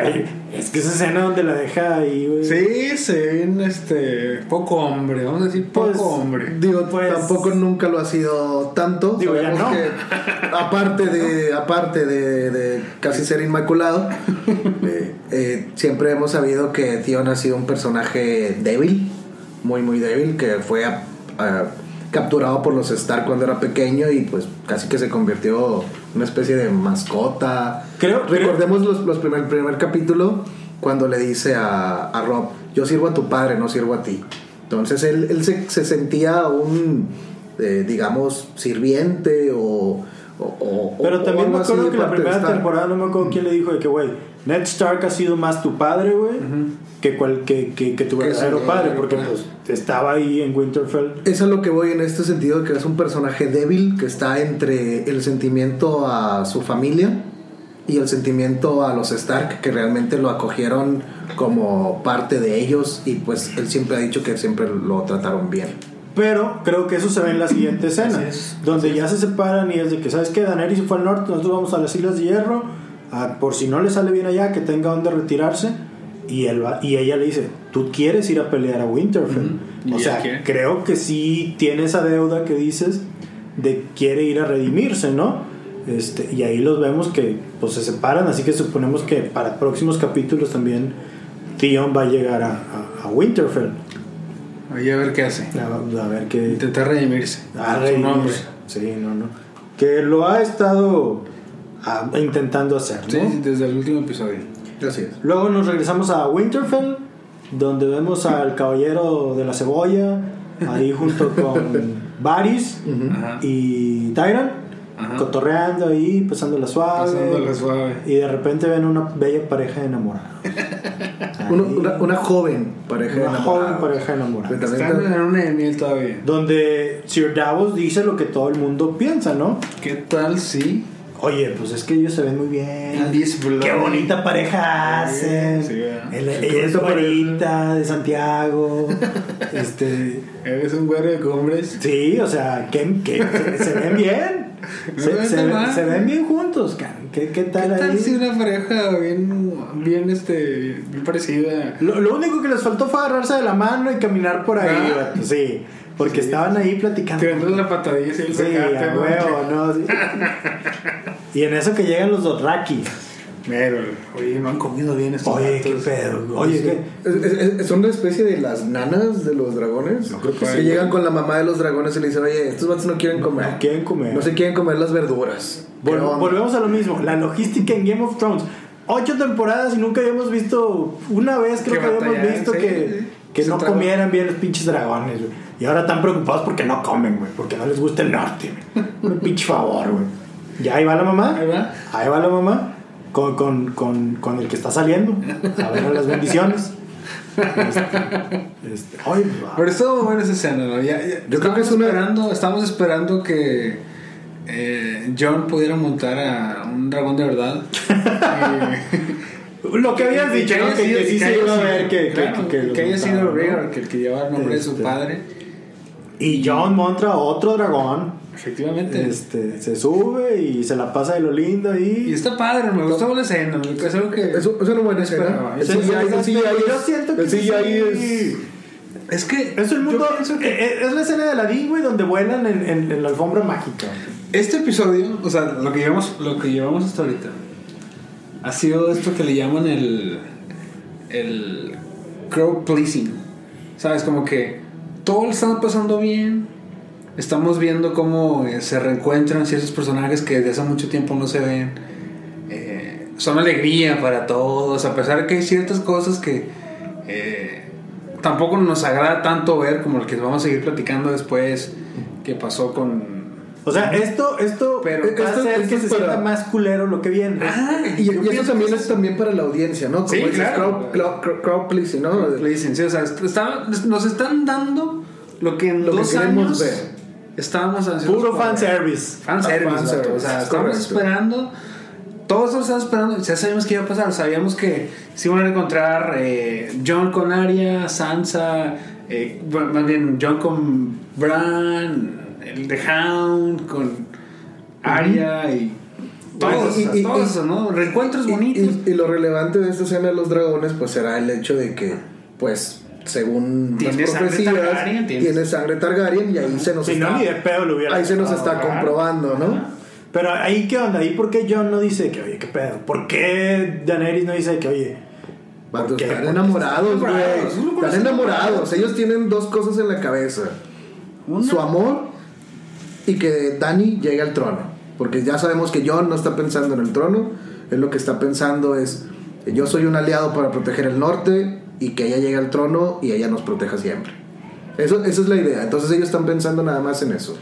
Speaker 2: Güey, Es que esa escena donde la deja ahí, güey.
Speaker 4: sí, se ve un, este poco hombre, vamos a decir poco
Speaker 2: Pues,
Speaker 4: hombre.
Speaker 3: Digo,
Speaker 2: Pues-
Speaker 3: tampoco nunca lo ha sido tanto.
Speaker 2: Digo, ya
Speaker 3: Sabemos
Speaker 2: no.
Speaker 3: que, aparte de, aparte de, de casi ser inmaculado, eh, eh, siempre hemos sabido que Tion ha sido un personaje débil, muy, muy débil, que fue ah, ah, capturado por los Stark cuando era pequeño y pues casi que se convirtió en una especie de mascota.
Speaker 2: Creo-
Speaker 3: Recordemos los, los primer, el primer capítulo cuando le dice a, a Rob, yo sirvo a tu padre, no sirvo a ti. Entonces él, él se, se sentía un, eh, digamos, sirviente o... o- o-
Speaker 2: Pero
Speaker 3: o
Speaker 2: también
Speaker 3: algo
Speaker 2: me
Speaker 3: así
Speaker 2: acuerdo que
Speaker 3: de
Speaker 2: la
Speaker 3: parte de
Speaker 2: primera
Speaker 3: Stark.
Speaker 2: temporada no me acuerdo quién le dijo de que, güey, Ned Stark ha sido más tu padre, güey, que, cual- que, que, que tu
Speaker 3: Que su
Speaker 2: verdadero padre,
Speaker 3: verdadero
Speaker 2: porque
Speaker 3: padre.
Speaker 2: pues, estaba ahí en Winterfell.
Speaker 3: Es a lo que voy en este sentido, que es un personaje débil que está entre el sentimiento a su familia y el sentimiento a los Stark, que realmente lo acogieron como parte de ellos y pues él siempre ha dicho que siempre lo trataron bien.
Speaker 2: Pero creo que eso se ve en la siguiente escena,
Speaker 4: Así es.
Speaker 2: donde ya se separan y es de que, ¿sabes qué? Daenerys se fue al norte, nosotros vamos a las Islas de Hierro, a- por si no le sale bien allá, que tenga donde retirarse. Y, él va- y ella le dice, tú quieres ir a pelear a Winterfell.
Speaker 4: Ujú.
Speaker 2: O
Speaker 4: Y
Speaker 2: sea,
Speaker 4: él quiere.
Speaker 2: creo que sí tiene esa deuda que dices de quiere ir a redimirse, ¿no? Este, y ahí los vemos que pues, se separan, así que suponemos que para próximos capítulos también Theon va a llegar a, a- a Winterfell.
Speaker 4: Ahí a ver qué hace.
Speaker 2: A, a ver qué,
Speaker 4: Intentar redimirse.
Speaker 2: Ah,
Speaker 4: Su
Speaker 2: rey,
Speaker 4: nombre.
Speaker 2: Sí, no, no. Que lo ha estado ah, intentando hacer, ¿no?
Speaker 4: Sí, sí, desde el último episodio.
Speaker 3: Así es.
Speaker 2: Luego nos regresamos a Winterfell, donde vemos al caballero de la cebolla, ahí junto con Varys
Speaker 4: Ajá.
Speaker 2: y Tyron,
Speaker 4: Ajá.
Speaker 2: cotorreando ahí, pasando la suave.
Speaker 4: Pasando la suave.
Speaker 2: Y de repente ven una bella pareja enamorada.
Speaker 3: Una,
Speaker 2: Ahí,
Speaker 3: una- una joven pareja
Speaker 2: una
Speaker 3: enamorada.
Speaker 2: joven pareja enamorada.
Speaker 3: También
Speaker 4: Están
Speaker 3: está-
Speaker 4: en una de miel todavía.
Speaker 2: Donde Sir Davos dice lo que todo el mundo piensa, ¿no?
Speaker 4: ¿Qué tal si
Speaker 2: Oye, pues es que ellos se ven muy bien.
Speaker 4: And this blood.
Speaker 2: Qué bonita pareja
Speaker 4: Sí,
Speaker 2: hacen.
Speaker 4: sí, ¿verdad?
Speaker 2: El-
Speaker 3: Sí,
Speaker 2: ella es
Speaker 3: bonita
Speaker 2: bonita, de Santiago. este,
Speaker 4: eres un güero de cumbres?
Speaker 2: sí, o sea, que, que se, se ven bien.
Speaker 4: No
Speaker 2: Se,
Speaker 4: está
Speaker 2: se-
Speaker 4: mal.
Speaker 2: se ven bien juntos, cabrón. ¿Qué, qué
Speaker 4: ¿Qué
Speaker 2: tal ahí?
Speaker 4: tal si una pareja bien, bien, este, bien parecida?
Speaker 2: Lo, lo único que les faltó fue agarrarse de la mano y caminar por ahí.
Speaker 4: Ah.
Speaker 2: vato, Sí, porque estaban ahí platicando.
Speaker 4: Tirando la patadilla y
Speaker 2: Sí,
Speaker 4: el sacate,
Speaker 2: a
Speaker 4: ¿no?
Speaker 2: huevo, ¿no? Sí. Y en eso que llegan los Dothraki.
Speaker 4: Pero, oye, no han comido bien estos
Speaker 2: Oye, qué
Speaker 4: gatos.
Speaker 2: pedo. Oye, qué.
Speaker 3: Es- es- es- son una especie de las nanas de los dragones.
Speaker 4: creo que
Speaker 3: que
Speaker 4: sí.
Speaker 3: llegan con la mamá de los dragones y le dicen, oye, estos vatos no quieren comer.
Speaker 2: No quieren comer.
Speaker 3: No se quieren comer las verduras.
Speaker 2: Vol-
Speaker 3: ¿Qué onda?
Speaker 2: volvemos a lo mismo, la logística en Game of Thrones. Ocho temporadas y nunca habíamos visto, una vez creo
Speaker 4: Que
Speaker 2: que habíamos
Speaker 4: batallaron,
Speaker 2: visto
Speaker 4: sí,
Speaker 2: que,
Speaker 4: sí.
Speaker 2: que
Speaker 4: Se
Speaker 2: no
Speaker 4: tragó.
Speaker 2: comieran bien los pinches dragones, güey. Y ahora están preocupados porque no comen, güey, porque no les gusta el norte, güey. Un pinche favor, güey. Y ahí va la mamá.
Speaker 4: Ahí va.
Speaker 2: Ahí va la mamá. Con, con, con, con el que está saliendo. A ver las bendiciones. Este, este, ay, va.
Speaker 4: Pero estuvo muy buena esa escena, ¿no? Ya- ya-
Speaker 3: Yo creo que es
Speaker 4: estamos
Speaker 3: una-
Speaker 4: Esperando, estamos esperando que eh, John pudiera montar a un dragón de verdad. Eh,
Speaker 2: Lo que habías dicho, ¿no? Que, que sí se iba a ver que, que-
Speaker 4: claro,
Speaker 2: que- que
Speaker 4: que haya
Speaker 2: los
Speaker 4: sido
Speaker 2: mataron, ¿no?
Speaker 4: Rhaegar, que el que llevaba el nombre de su
Speaker 2: Este.
Speaker 4: padre.
Speaker 2: Y John montra otro dragón.
Speaker 4: Efectivamente.
Speaker 2: Este, se sube y se la pasa de lo lindo
Speaker 4: Y
Speaker 2: ahí.
Speaker 4: está padre, me gustó la escena. Es algo que.
Speaker 3: Es, es una buena
Speaker 4: Pero,
Speaker 3: escena. El
Speaker 4: es-
Speaker 3: CGI
Speaker 2: Pero
Speaker 3: el CGI
Speaker 2: yo
Speaker 3: es-
Speaker 2: siento que
Speaker 3: el CGI
Speaker 2: sí.
Speaker 3: es...
Speaker 4: Es que.
Speaker 2: Es el
Speaker 4: yo
Speaker 2: mundo.
Speaker 4: pienso que-
Speaker 2: eh, eh, Es la escena de Aladdin, güey, donde vuelan en, en- en la alfombra mágica.
Speaker 4: Este episodio, o sea, lo que llevamos, lo que llevamos hasta ahorita, ha sido esto que le llaman el. el. crowd pleasing. ¿Sabes? Como que todo lo están pasando bien. Estamos viendo cómo eh, se reencuentran ciertos personajes que desde hace mucho tiempo no se ven. Eh, son alegría para todos, a pesar que hay ciertas cosas que eh, tampoco nos agrada tanto ver, como el que vamos a seguir platicando después, que pasó con...
Speaker 2: O sea, esto, esto
Speaker 4: Pero
Speaker 2: va a
Speaker 3: esto-
Speaker 2: hacer
Speaker 3: esto
Speaker 2: que
Speaker 3: es
Speaker 2: se
Speaker 3: para-
Speaker 2: sienta más culero lo que viene.
Speaker 3: Y, y eso también es también para la audiencia, ¿no? Como
Speaker 4: Sí,
Speaker 3: dices,
Speaker 4: claro.
Speaker 3: crowd, crowd- crowd- crowd pleasing, ¿no?
Speaker 4: Le dicen, sí, o sea, est- está- nos están dando lo que en
Speaker 3: Lo que
Speaker 4: dos
Speaker 3: queremos
Speaker 4: años
Speaker 3: ver.
Speaker 4: estábamos ansiosos
Speaker 2: Puro
Speaker 4: por ver.
Speaker 2: fanservice.
Speaker 4: Fanservice,
Speaker 3: Ah, fanservice,
Speaker 4: vato, o sea,
Speaker 3: es
Speaker 4: estábamos
Speaker 3: correcto.
Speaker 4: esperando. Todos lo estábamos esperando. Ya sabíamos que iba a pasar. Sabíamos que se iban a encontrar eh, John con Arya, Sansa, eh, bueno, más bien John con Bran, el The Hound, con Arya y. Todos,
Speaker 3: Y-
Speaker 4: o sea,
Speaker 3: y-
Speaker 4: todos
Speaker 3: y-
Speaker 4: esos, ¿no? Reencuentros
Speaker 3: Y-
Speaker 4: bonitos.
Speaker 3: Y, y lo relevante de esta escena de los dragones, pues será el hecho de que, pues, según las
Speaker 4: Tiene sangre
Speaker 3: profecías,
Speaker 4: Targaryen, tiene-
Speaker 3: tiene sangre Targaryen y ahí se nos
Speaker 2: Si
Speaker 3: está,
Speaker 2: no, ni de pedo lo hubiera.
Speaker 3: ahí se nos está
Speaker 4: claro.
Speaker 3: comprobando, ¿no?
Speaker 2: Pero ahí, ¿qué onda? ¿Ahí por qué John no dice que, oye, qué pedo? ¿Por qué Daenerys no dice que, oye,
Speaker 3: Vatos,
Speaker 2: ¿Por qué?
Speaker 3: están enamorados,
Speaker 4: Están
Speaker 3: güey.
Speaker 4: enamorados, uno por
Speaker 3: Están
Speaker 4: eso.
Speaker 3: enamorados. Ellos tienen dos cosas en la cabeza. Su amor y que Dani llegue al trono. Porque ya sabemos que John no está pensando en el trono. Él lo que está pensando es, yo soy un aliado para proteger el norte y que ella llegue al trono y ella nos proteja siempre. Eso, esa es la idea. Entonces ellos están pensando nada más en eso.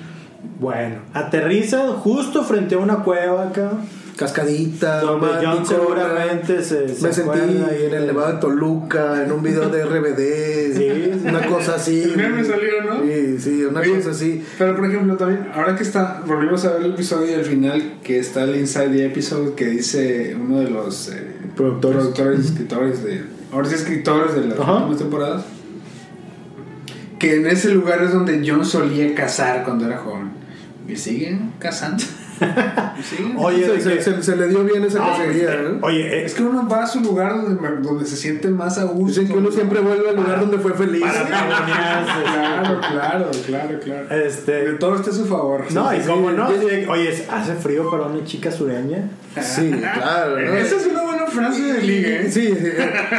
Speaker 2: bueno, aterriza justo frente a una cueva acá,
Speaker 3: Cascadita,
Speaker 2: donde John
Speaker 3: romántico,
Speaker 2: seguramente se, se
Speaker 3: Ah, Me sentí
Speaker 2: acuerda
Speaker 3: ahí en el Nevado de Toluca, en un video de RBD,
Speaker 2: Sí.
Speaker 3: una cosa así.
Speaker 4: El meme salió, ¿no?
Speaker 3: Sí, sí, una
Speaker 4: Oye,
Speaker 3: cosa así.
Speaker 4: Pero por ejemplo, también, ahora que está, volvimos a ver el episodio y al final que está el Inside the Episode que dice uno de los eh,
Speaker 3: Productores.
Speaker 4: productores, escritores de. Ahora sí, escritores de las
Speaker 2: Ajá.
Speaker 4: últimas temporadas. Que en ese lugar es donde John solía cazar cuando era joven. Y siguen cazando. Y siguen.
Speaker 2: Oye, eh,
Speaker 3: se,
Speaker 2: de
Speaker 4: eh,
Speaker 3: se-
Speaker 2: que-
Speaker 3: se- se le dio bien esa
Speaker 4: pues,
Speaker 3: cacería, ¿no?
Speaker 2: Oye,
Speaker 4: Es
Speaker 2: es
Speaker 4: que uno va a su lugar donde, donde se siente más a gusto.
Speaker 3: Dicen que uno siempre vuelve al lugar donde fue feliz.
Speaker 2: para pavonearse.
Speaker 4: Claro, claro, claro, claro.
Speaker 2: Este-
Speaker 4: Que todo esté a su favor.
Speaker 2: No, y cómo no.
Speaker 3: sí.
Speaker 2: Oye, Oye, hace frío para una chica sureña.
Speaker 3: Sí, claro, ¿no?
Speaker 4: Esa es una buena frase de liga, ¿eh?
Speaker 3: Sí, sí,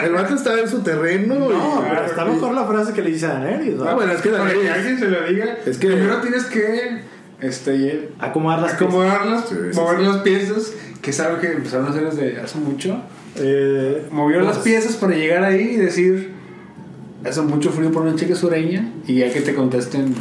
Speaker 3: el vato estaba en su terreno.
Speaker 2: No,
Speaker 3: y- pues,
Speaker 2: pero está mejor la frase que le dice a Daenerys.
Speaker 3: Ah,
Speaker 2: ¿no?
Speaker 3: bueno, es que
Speaker 4: Para que
Speaker 3: Daenerys-
Speaker 4: alguien se lo diga,
Speaker 3: Es que-
Speaker 4: primero tienes que este,
Speaker 2: Acomodar las
Speaker 4: acomodarlas,
Speaker 3: Sí, sí,
Speaker 4: mover las piezas, que es algo que empezaron a hacer desde hace mucho.
Speaker 2: Eh,
Speaker 4: Movió
Speaker 2: pues,
Speaker 4: las piezas para llegar ahí y decir, hace mucho frío por una chica sureña, y ya que te contesten,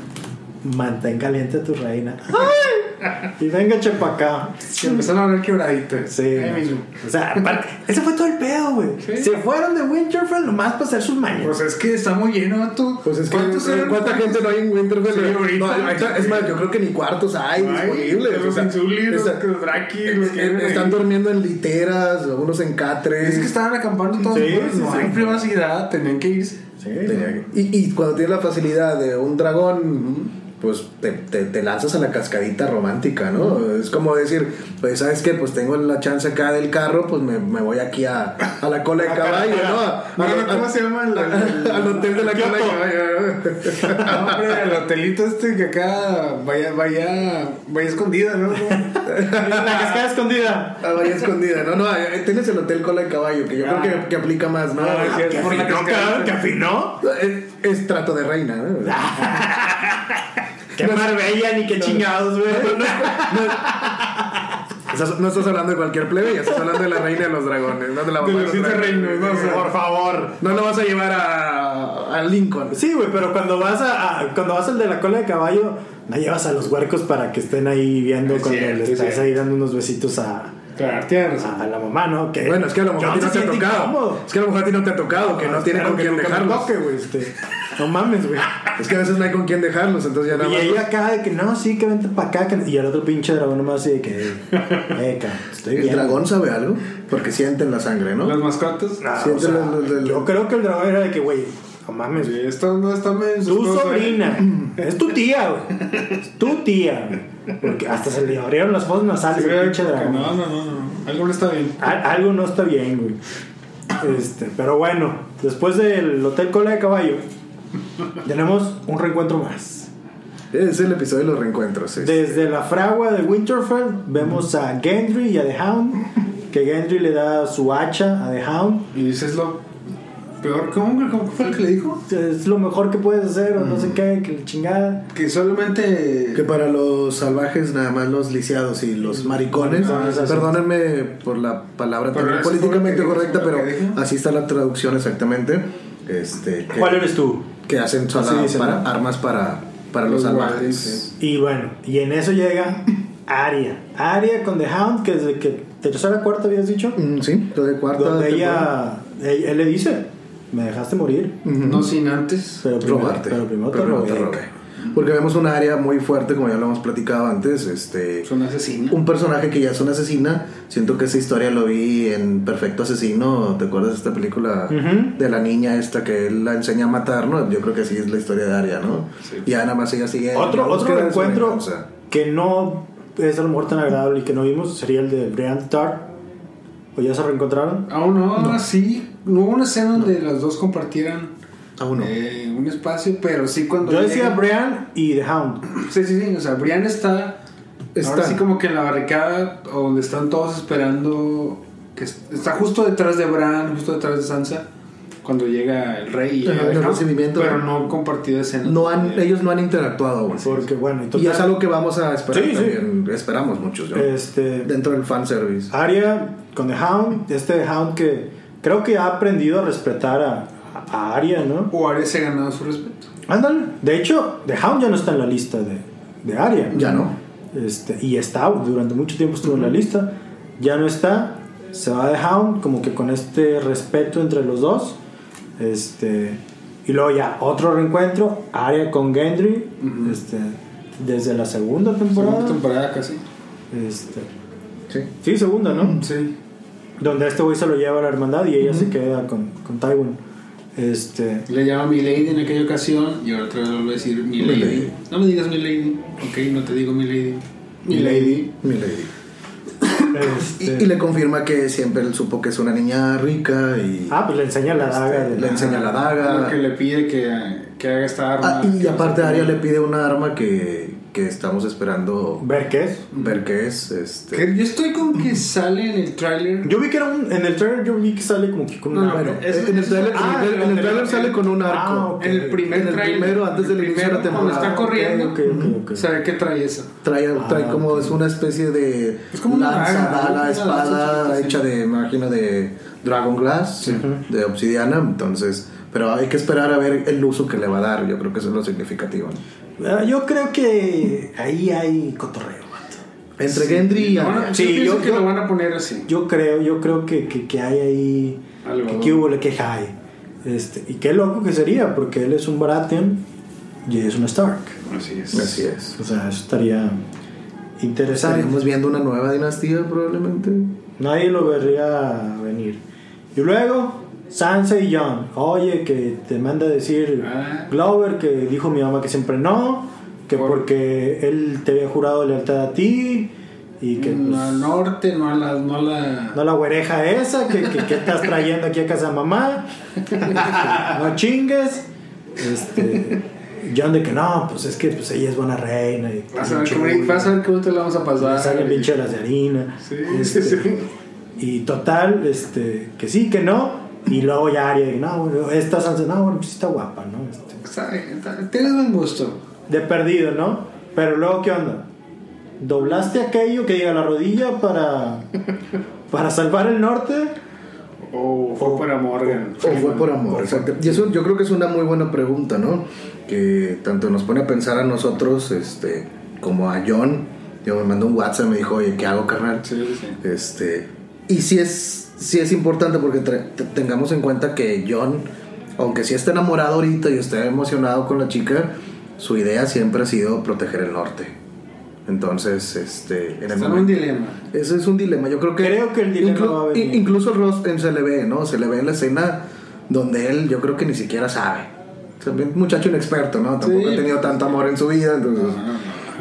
Speaker 2: Mantén caliente a tu reina. ¡Ay! y venga, chepa acá.
Speaker 4: que empezaron a hablar quebradito.
Speaker 2: Sí.
Speaker 4: Ahí mismo.
Speaker 2: O sea, aparte, ese fue todo el pedo, güey.
Speaker 4: Sí.
Speaker 2: Se fueron de Winterfell nomás para hacer sus
Speaker 4: Pues
Speaker 2: mañas.
Speaker 4: es que está muy lleno, vato.
Speaker 3: Pues es que
Speaker 4: ¿Cuántos eran?
Speaker 3: cuánta gente no hay en Winterfell.
Speaker 4: Sí,
Speaker 3: No,
Speaker 4: ahorita.
Speaker 3: ahorita- es más, yo creo que ni cuartos hay
Speaker 4: Ay,
Speaker 3: disponibles. o
Speaker 4: Los
Speaker 3: sea,
Speaker 4: Insulis, los
Speaker 3: está-
Speaker 4: Dothraki, los que
Speaker 3: Eh,
Speaker 4: viven
Speaker 3: Están
Speaker 4: ahí.
Speaker 3: durmiendo en literas, unos en catres.
Speaker 4: Es que estaban acampando todos.
Speaker 2: Sí,
Speaker 4: juntos,
Speaker 2: sí,
Speaker 4: no
Speaker 2: sí.
Speaker 4: hay privacidad, tenían que irse.
Speaker 2: Sí,
Speaker 3: Tenía que- y, y cuando tienes la facilidad de un dragón, pues te, te- te lanzas a la cascadita romántica, ¿no? Es como decir, pues sabes qué, pues tengo la chance acá del carro, pues me, me voy aquí a, a la cola de caballo, ¿no? A-
Speaker 4: No,
Speaker 3: a-
Speaker 4: no, ¿Cómo
Speaker 3: a-
Speaker 4: se llama? el- el-
Speaker 3: Al hotel de la cola de caballo.
Speaker 4: No, hombre, el hotelito este que acá vaya, vaya, vaya escondida, ¿no?
Speaker 2: La cascada escondida.
Speaker 3: A Bahía escondida, no, no, eh, tienes el hotel cola de caballo, que yo
Speaker 4: Ah.
Speaker 3: creo que, que aplica más, ¿no?
Speaker 4: Ah,
Speaker 3: Es-
Speaker 4: sí.
Speaker 2: ¿Qué
Speaker 4: Por la
Speaker 2: afinó,
Speaker 4: cascada.
Speaker 2: cabrón? ¿Qué afinó?
Speaker 3: es, es trato de reina, ¿no?
Speaker 2: ¿Qué Marbella ni qué chingados, güey?
Speaker 3: Estás- no estás hablando de cualquier plebeya, estás hablando de la reina de los dragones, no de la mamá
Speaker 4: De los
Speaker 3: los
Speaker 4: siete
Speaker 3: dragones.
Speaker 4: reinos, ¿no? O sea,
Speaker 2: Por favor.
Speaker 3: No lo vas a llevar a, a Lincoln.
Speaker 2: Sí, güey, pero cuando vas a, a- cuando vas al de la cola de caballo, no llevas a los huercos para que estén ahí viendo
Speaker 4: Es
Speaker 2: cuando
Speaker 4: cierto,
Speaker 2: le
Speaker 4: es
Speaker 2: estás
Speaker 4: cierto.
Speaker 2: ahí dando unos besitos a,
Speaker 4: Claro, tienes razón.
Speaker 2: a- a la mamá, ¿no? Que
Speaker 3: Bueno, es que a lo mejor a
Speaker 2: Eh, John
Speaker 3: ti no
Speaker 2: se
Speaker 3: te ha
Speaker 2: siente
Speaker 3: tocado.
Speaker 2: incómodo. Ah,
Speaker 3: Es que a lo mejor a ti no te ha tocado, que no tiene
Speaker 2: Espero
Speaker 3: con
Speaker 2: que
Speaker 3: quién
Speaker 2: nunca me
Speaker 3: dejarlos.
Speaker 2: toque, güey, este. No mames, güey.
Speaker 3: Es que a veces no hay con quién dejarlos, entonces ya nada
Speaker 2: Y
Speaker 3: más.
Speaker 2: ella acá de que no, sí, que vente para acá. que- Y el otro pinche dragón nomás así de que. Eh, cabrón, estoy
Speaker 3: El
Speaker 2: bien.
Speaker 3: dragón sabe algo, porque sienten la sangre, ¿no?
Speaker 4: Las mascotas.
Speaker 2: Ah,
Speaker 3: Sí,
Speaker 2: o sea,
Speaker 3: lo- lo- lo- lo-
Speaker 2: Yo creo que el dragón era de que, güey, no mames, güey.
Speaker 4: Esto no está medio
Speaker 2: Tu
Speaker 4: asustoso, ¿eh?
Speaker 2: sobrina. Es tu tía, güey. Es tu tía. güey. Porque hasta se le abrieron las fosas
Speaker 4: Sí,
Speaker 2: nasales al
Speaker 4: creo
Speaker 2: Ah, pinche
Speaker 4: que
Speaker 2: dragón.
Speaker 4: No, no, no, no. Algo no está bien.
Speaker 2: Al- algo no está bien, güey. Este, pero bueno, después del Hotel Cola de Caballo, tenemos un reencuentro más.
Speaker 3: Es el episodio de los reencuentros, sí.
Speaker 2: Desde la fragua de Winterfell vemos a Gendry y a The Hound, que Gendry le da su hacha a The Hound.
Speaker 4: Y dices lo. peor. ¿Cómo, cómo fue el que le dijo?
Speaker 2: Es lo mejor que puedes hacer, o no
Speaker 3: Mm.
Speaker 2: sé qué, que la chingada.
Speaker 4: Que solamente.
Speaker 3: Que para los salvajes nada más los lisiados y los maricones,
Speaker 2: Ah, es así.
Speaker 3: perdónenme por la palabra
Speaker 4: Pero
Speaker 3: también
Speaker 4: eso fue lo
Speaker 3: políticamente
Speaker 4: que-
Speaker 3: correcta,
Speaker 4: lo que
Speaker 3: pero
Speaker 4: dijo.
Speaker 3: así está la traducción exactamente. Este, que,
Speaker 2: ¿Cuál eres tú?
Speaker 3: que hacen sala-
Speaker 2: Así dice,
Speaker 3: para-
Speaker 2: ¿no?
Speaker 3: armas para, para los salvajes.
Speaker 2: Y bueno, y en eso llega Aria. Aria con The Hound, que desde que tercera, cuarta habías dicho,
Speaker 3: Mm, sí, lo de cuarta.
Speaker 2: donde
Speaker 3: temporada.
Speaker 2: ella, él, él le dice, me dejaste morir,
Speaker 3: Ujú.
Speaker 4: No sin antes.
Speaker 2: pero primero,
Speaker 3: robarte.
Speaker 2: pero primero te
Speaker 3: primero
Speaker 2: robé.
Speaker 3: Porque vemos un área muy fuerte, como ya lo hemos platicado antes. Este,
Speaker 4: Es un asesino.
Speaker 3: un personaje que ya es una asesina. Siento que esa historia lo vi en Perfecto Asesino. ¿Te acuerdas de esta película
Speaker 2: Ujú.
Speaker 3: de la niña esta que él la enseña a matar? ¿no? Yo creo que así es la historia de Aria, ¿no?
Speaker 4: Sí.
Speaker 3: Y ya nada más ella sigue. en
Speaker 2: Otro,
Speaker 3: búsqueda de
Speaker 2: otro
Speaker 3: su
Speaker 2: encuentro
Speaker 3: venganza.
Speaker 2: que no es a lo mejor tan agradable y que no vimos sería el de Brian Tarr. ¿O ya se reencontraron?
Speaker 4: Aún no, sí. No hubo una escena donde las dos compartieran
Speaker 3: Aún no.
Speaker 4: eh, un espacio, pero sí cuando.
Speaker 2: Yo decía
Speaker 4: llega-
Speaker 2: Brian y The Hound.
Speaker 4: Sí, sí, sí. O sea, Brian está.
Speaker 3: Está.
Speaker 4: Ahora sí, como que en la barricada o donde están todos esperando. que es- Está justo detrás de Bran, justo detrás de Sansa. Cuando llega el rey y
Speaker 3: Ajá,
Speaker 4: llega
Speaker 3: en el
Speaker 4: Hound,
Speaker 3: recibimiento.
Speaker 4: Pero no han compartido escena. Eh,
Speaker 3: No han, ellos no han interactuado aún.
Speaker 2: Porque bueno, y
Speaker 3: Y es
Speaker 2: total,
Speaker 3: algo que vamos a esperar
Speaker 2: Sí, sí.
Speaker 3: también. Esperamos muchos. yo.
Speaker 2: este,
Speaker 3: Dentro del fanservice.
Speaker 2: Aria con The Hound, este The Hound que creo que ha aprendido a respetar a, a Aria, ¿no?
Speaker 4: O Aria se ha ganado su respeto.
Speaker 2: Ándale, de hecho, The Hound ya no está en la lista de, de Aria.
Speaker 3: Ya no.
Speaker 2: Este, y está, durante mucho tiempo estuvo en la lista, ya no está, se va The Hound como que con este respeto entre los dos. Este, y luego ya otro reencuentro, Aria con Gendry, este, desde la segunda temporada.
Speaker 4: Segunda temporada casi.
Speaker 2: Este,
Speaker 3: Sí.
Speaker 2: Mm, sí, segunda, ¿no?
Speaker 4: Sí.
Speaker 2: donde este güey se lo lleva a la hermandad y ella se queda con, con Tywin. Este,
Speaker 4: Le llama mi lady en aquella ocasión y ahora otra vez le vuelvo a decir mi lady.
Speaker 3: lady.
Speaker 4: No me digas mi lady. Ok, no te digo mi lady. Mi lady.
Speaker 3: Mi lady. Y,
Speaker 2: este-
Speaker 3: y le confirma que siempre él supo que es una niña rica y
Speaker 2: ah, pues le enseña la daga. de-
Speaker 3: le enseña la daga.
Speaker 4: Lo que le pide que, que haga esta arma.
Speaker 3: Ah, y
Speaker 4: que
Speaker 3: aparte
Speaker 4: no sé
Speaker 3: Aria
Speaker 4: qué.
Speaker 3: le pide una arma que, que estamos esperando
Speaker 2: Ver qué es.
Speaker 3: ver qué es. Este.
Speaker 4: Que yo estoy con que sale en el tráiler.
Speaker 2: Yo vi que era un. En el trailer yo vi que sale como que con
Speaker 4: No,
Speaker 2: una.
Speaker 4: no,
Speaker 3: Bueno,
Speaker 4: pero es-
Speaker 3: en el trailer,
Speaker 2: ah,
Speaker 3: en el trailer- en el trailer
Speaker 4: el-
Speaker 3: sale con un arco.
Speaker 2: Ah, ok.
Speaker 4: En el primer
Speaker 3: En el
Speaker 4: tráiler,
Speaker 3: primero, antes del
Speaker 4: el
Speaker 3: inicio de la
Speaker 4: primero, Cuando
Speaker 3: temporada.
Speaker 4: está corriendo,
Speaker 2: Ok, ok, ok.
Speaker 4: se ve que trae eso.
Speaker 3: Trae, trae
Speaker 2: Ah,
Speaker 3: como
Speaker 2: ok.
Speaker 3: es una especie de
Speaker 4: Es como una
Speaker 3: lanza,
Speaker 4: daga,
Speaker 3: daga,
Speaker 4: ¿no? Una
Speaker 3: espada
Speaker 4: lanza chiquita, sí.
Speaker 3: hecha de, me imagino, de Dragon Glass, de obsidiana. Entonces, pero hay que esperar a ver el uso que le va a dar. Yo creo que eso es lo significativo. ¿no?
Speaker 2: Ah, Yo creo que ahí hay cotorreo, vato.
Speaker 3: Entre Gendry y Arya.
Speaker 4: Bueno,
Speaker 2: Sí,
Speaker 4: yo pienso
Speaker 2: yo-
Speaker 4: que
Speaker 2: yo-
Speaker 4: lo van a poner así.
Speaker 2: Yo creo, yo creo que, que, que hay ahí.
Speaker 4: Algo.
Speaker 2: Que, que hubo, le que hay. Este, y qué loco que sería, porque él es un Baratheon y ella es un Stark.
Speaker 4: Así es.
Speaker 3: Así es.
Speaker 2: O sea, eso estaría interesante.
Speaker 3: Estaríamos viendo una nueva dinastía probablemente.
Speaker 2: Nadie lo vería venir. Y luego, Sansa y John. Oye, que te manda a decir
Speaker 4: Ah.
Speaker 2: Glover que dijo mi mamá que siempre no, que
Speaker 4: Por-
Speaker 2: porque él te había jurado lealtad a ti y que
Speaker 4: Mm, No
Speaker 2: pues,
Speaker 4: al norte, no a la. No a la...
Speaker 2: no la güereja esa, que, que, que estás trayendo aquí a casa de mamá, no chingues. Este, John de que no, pues es que pues ella es buena reina. Y,
Speaker 4: Vas a ver cómo- vas a ver cómo te la vamos a
Speaker 2: le
Speaker 4: pasar.
Speaker 2: salen pincheras de harina.
Speaker 4: Sí,
Speaker 2: Este,
Speaker 4: sí, sí.
Speaker 2: Y total, este, que sí, que no. Y luego ya Aria, y no, bueno, esta Sansa, no, bueno, pues sí está guapa, ¿no? Este,
Speaker 4: Está- está- Tienes buen gusto.
Speaker 2: de perdido, ¿no? Pero luego, ¿qué onda? ¿Doblaste aquello que llega a la rodilla para, para salvar el norte?
Speaker 4: O fue para Morgan.
Speaker 3: O fue por amor, exacto. Y eso yo creo que es una muy buena pregunta, ¿no? Que tanto nos pone a pensar a nosotros, este, como a John. Yo me mandó un WhatsApp y me dijo, oye, ¿qué hago, carnal?
Speaker 4: Sí, sí.
Speaker 3: Este, y sí es, sí es importante porque tra- te- tengamos en cuenta que John, aunque sí está enamorado ahorita y está emocionado con la chica, su idea siempre ha sido proteger el norte. Entonces, este, en el
Speaker 4: Está en un
Speaker 3: momento-
Speaker 4: dilema.
Speaker 3: Ese es un dilema. Yo creo que.
Speaker 2: Creo que el dilema va a venir.
Speaker 3: in- Incluso Ross en- se le ve, ¿no? Se le ve en la escena donde él, yo creo que ni siquiera sabe. También un muchacho inexperto, ¿no? Tampoco
Speaker 4: Sí.
Speaker 3: ha tenido tanto amor en su vida. Entonces,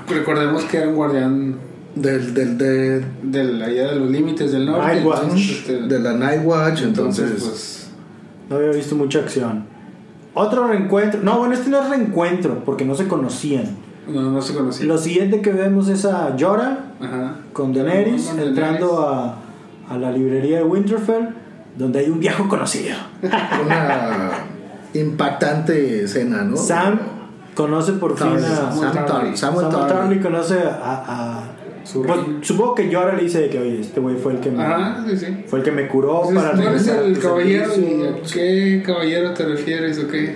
Speaker 4: Recordemos que era un guardián
Speaker 3: del, del, de,
Speaker 4: del, allá de los límites del norte.
Speaker 2: Ay, guau.
Speaker 4: entonces, este,
Speaker 3: de la Night Watch. Entonces,
Speaker 4: entonces, pues.
Speaker 2: No había visto mucha acción. Otro reencuentro. No, bueno, este no es reencuentro, porque no se conocían.
Speaker 4: pues, No, no se conocía.
Speaker 2: Lo siguiente que vemos es a Jorah
Speaker 4: Ajá.
Speaker 2: con Daenerys
Speaker 4: Con Daenerys.
Speaker 2: entrando a, a la librería de Winterfell donde hay un viejo conocido.
Speaker 3: Una impactante escena,
Speaker 4: Oh.
Speaker 3: ¿no?
Speaker 2: Sam conoce por fin
Speaker 3: Tarly,
Speaker 2: a.
Speaker 3: Sam Tarly. Samuel
Speaker 2: Samuel
Speaker 3: Tarly.
Speaker 2: Tarly conoce a. a-
Speaker 4: Su
Speaker 2: pues,
Speaker 4: reina.
Speaker 2: supongo que yo ahora le dice de que, oye, este güey fue el que me,
Speaker 4: Ajá, sí, sí.
Speaker 2: fue el que me curó
Speaker 4: Entonces,
Speaker 2: Oh, para
Speaker 4: tú eres
Speaker 2: regresar a
Speaker 4: el
Speaker 2: tu
Speaker 4: caballero y
Speaker 2: servicio.
Speaker 4: ¿a qué caballero te refieres o qué?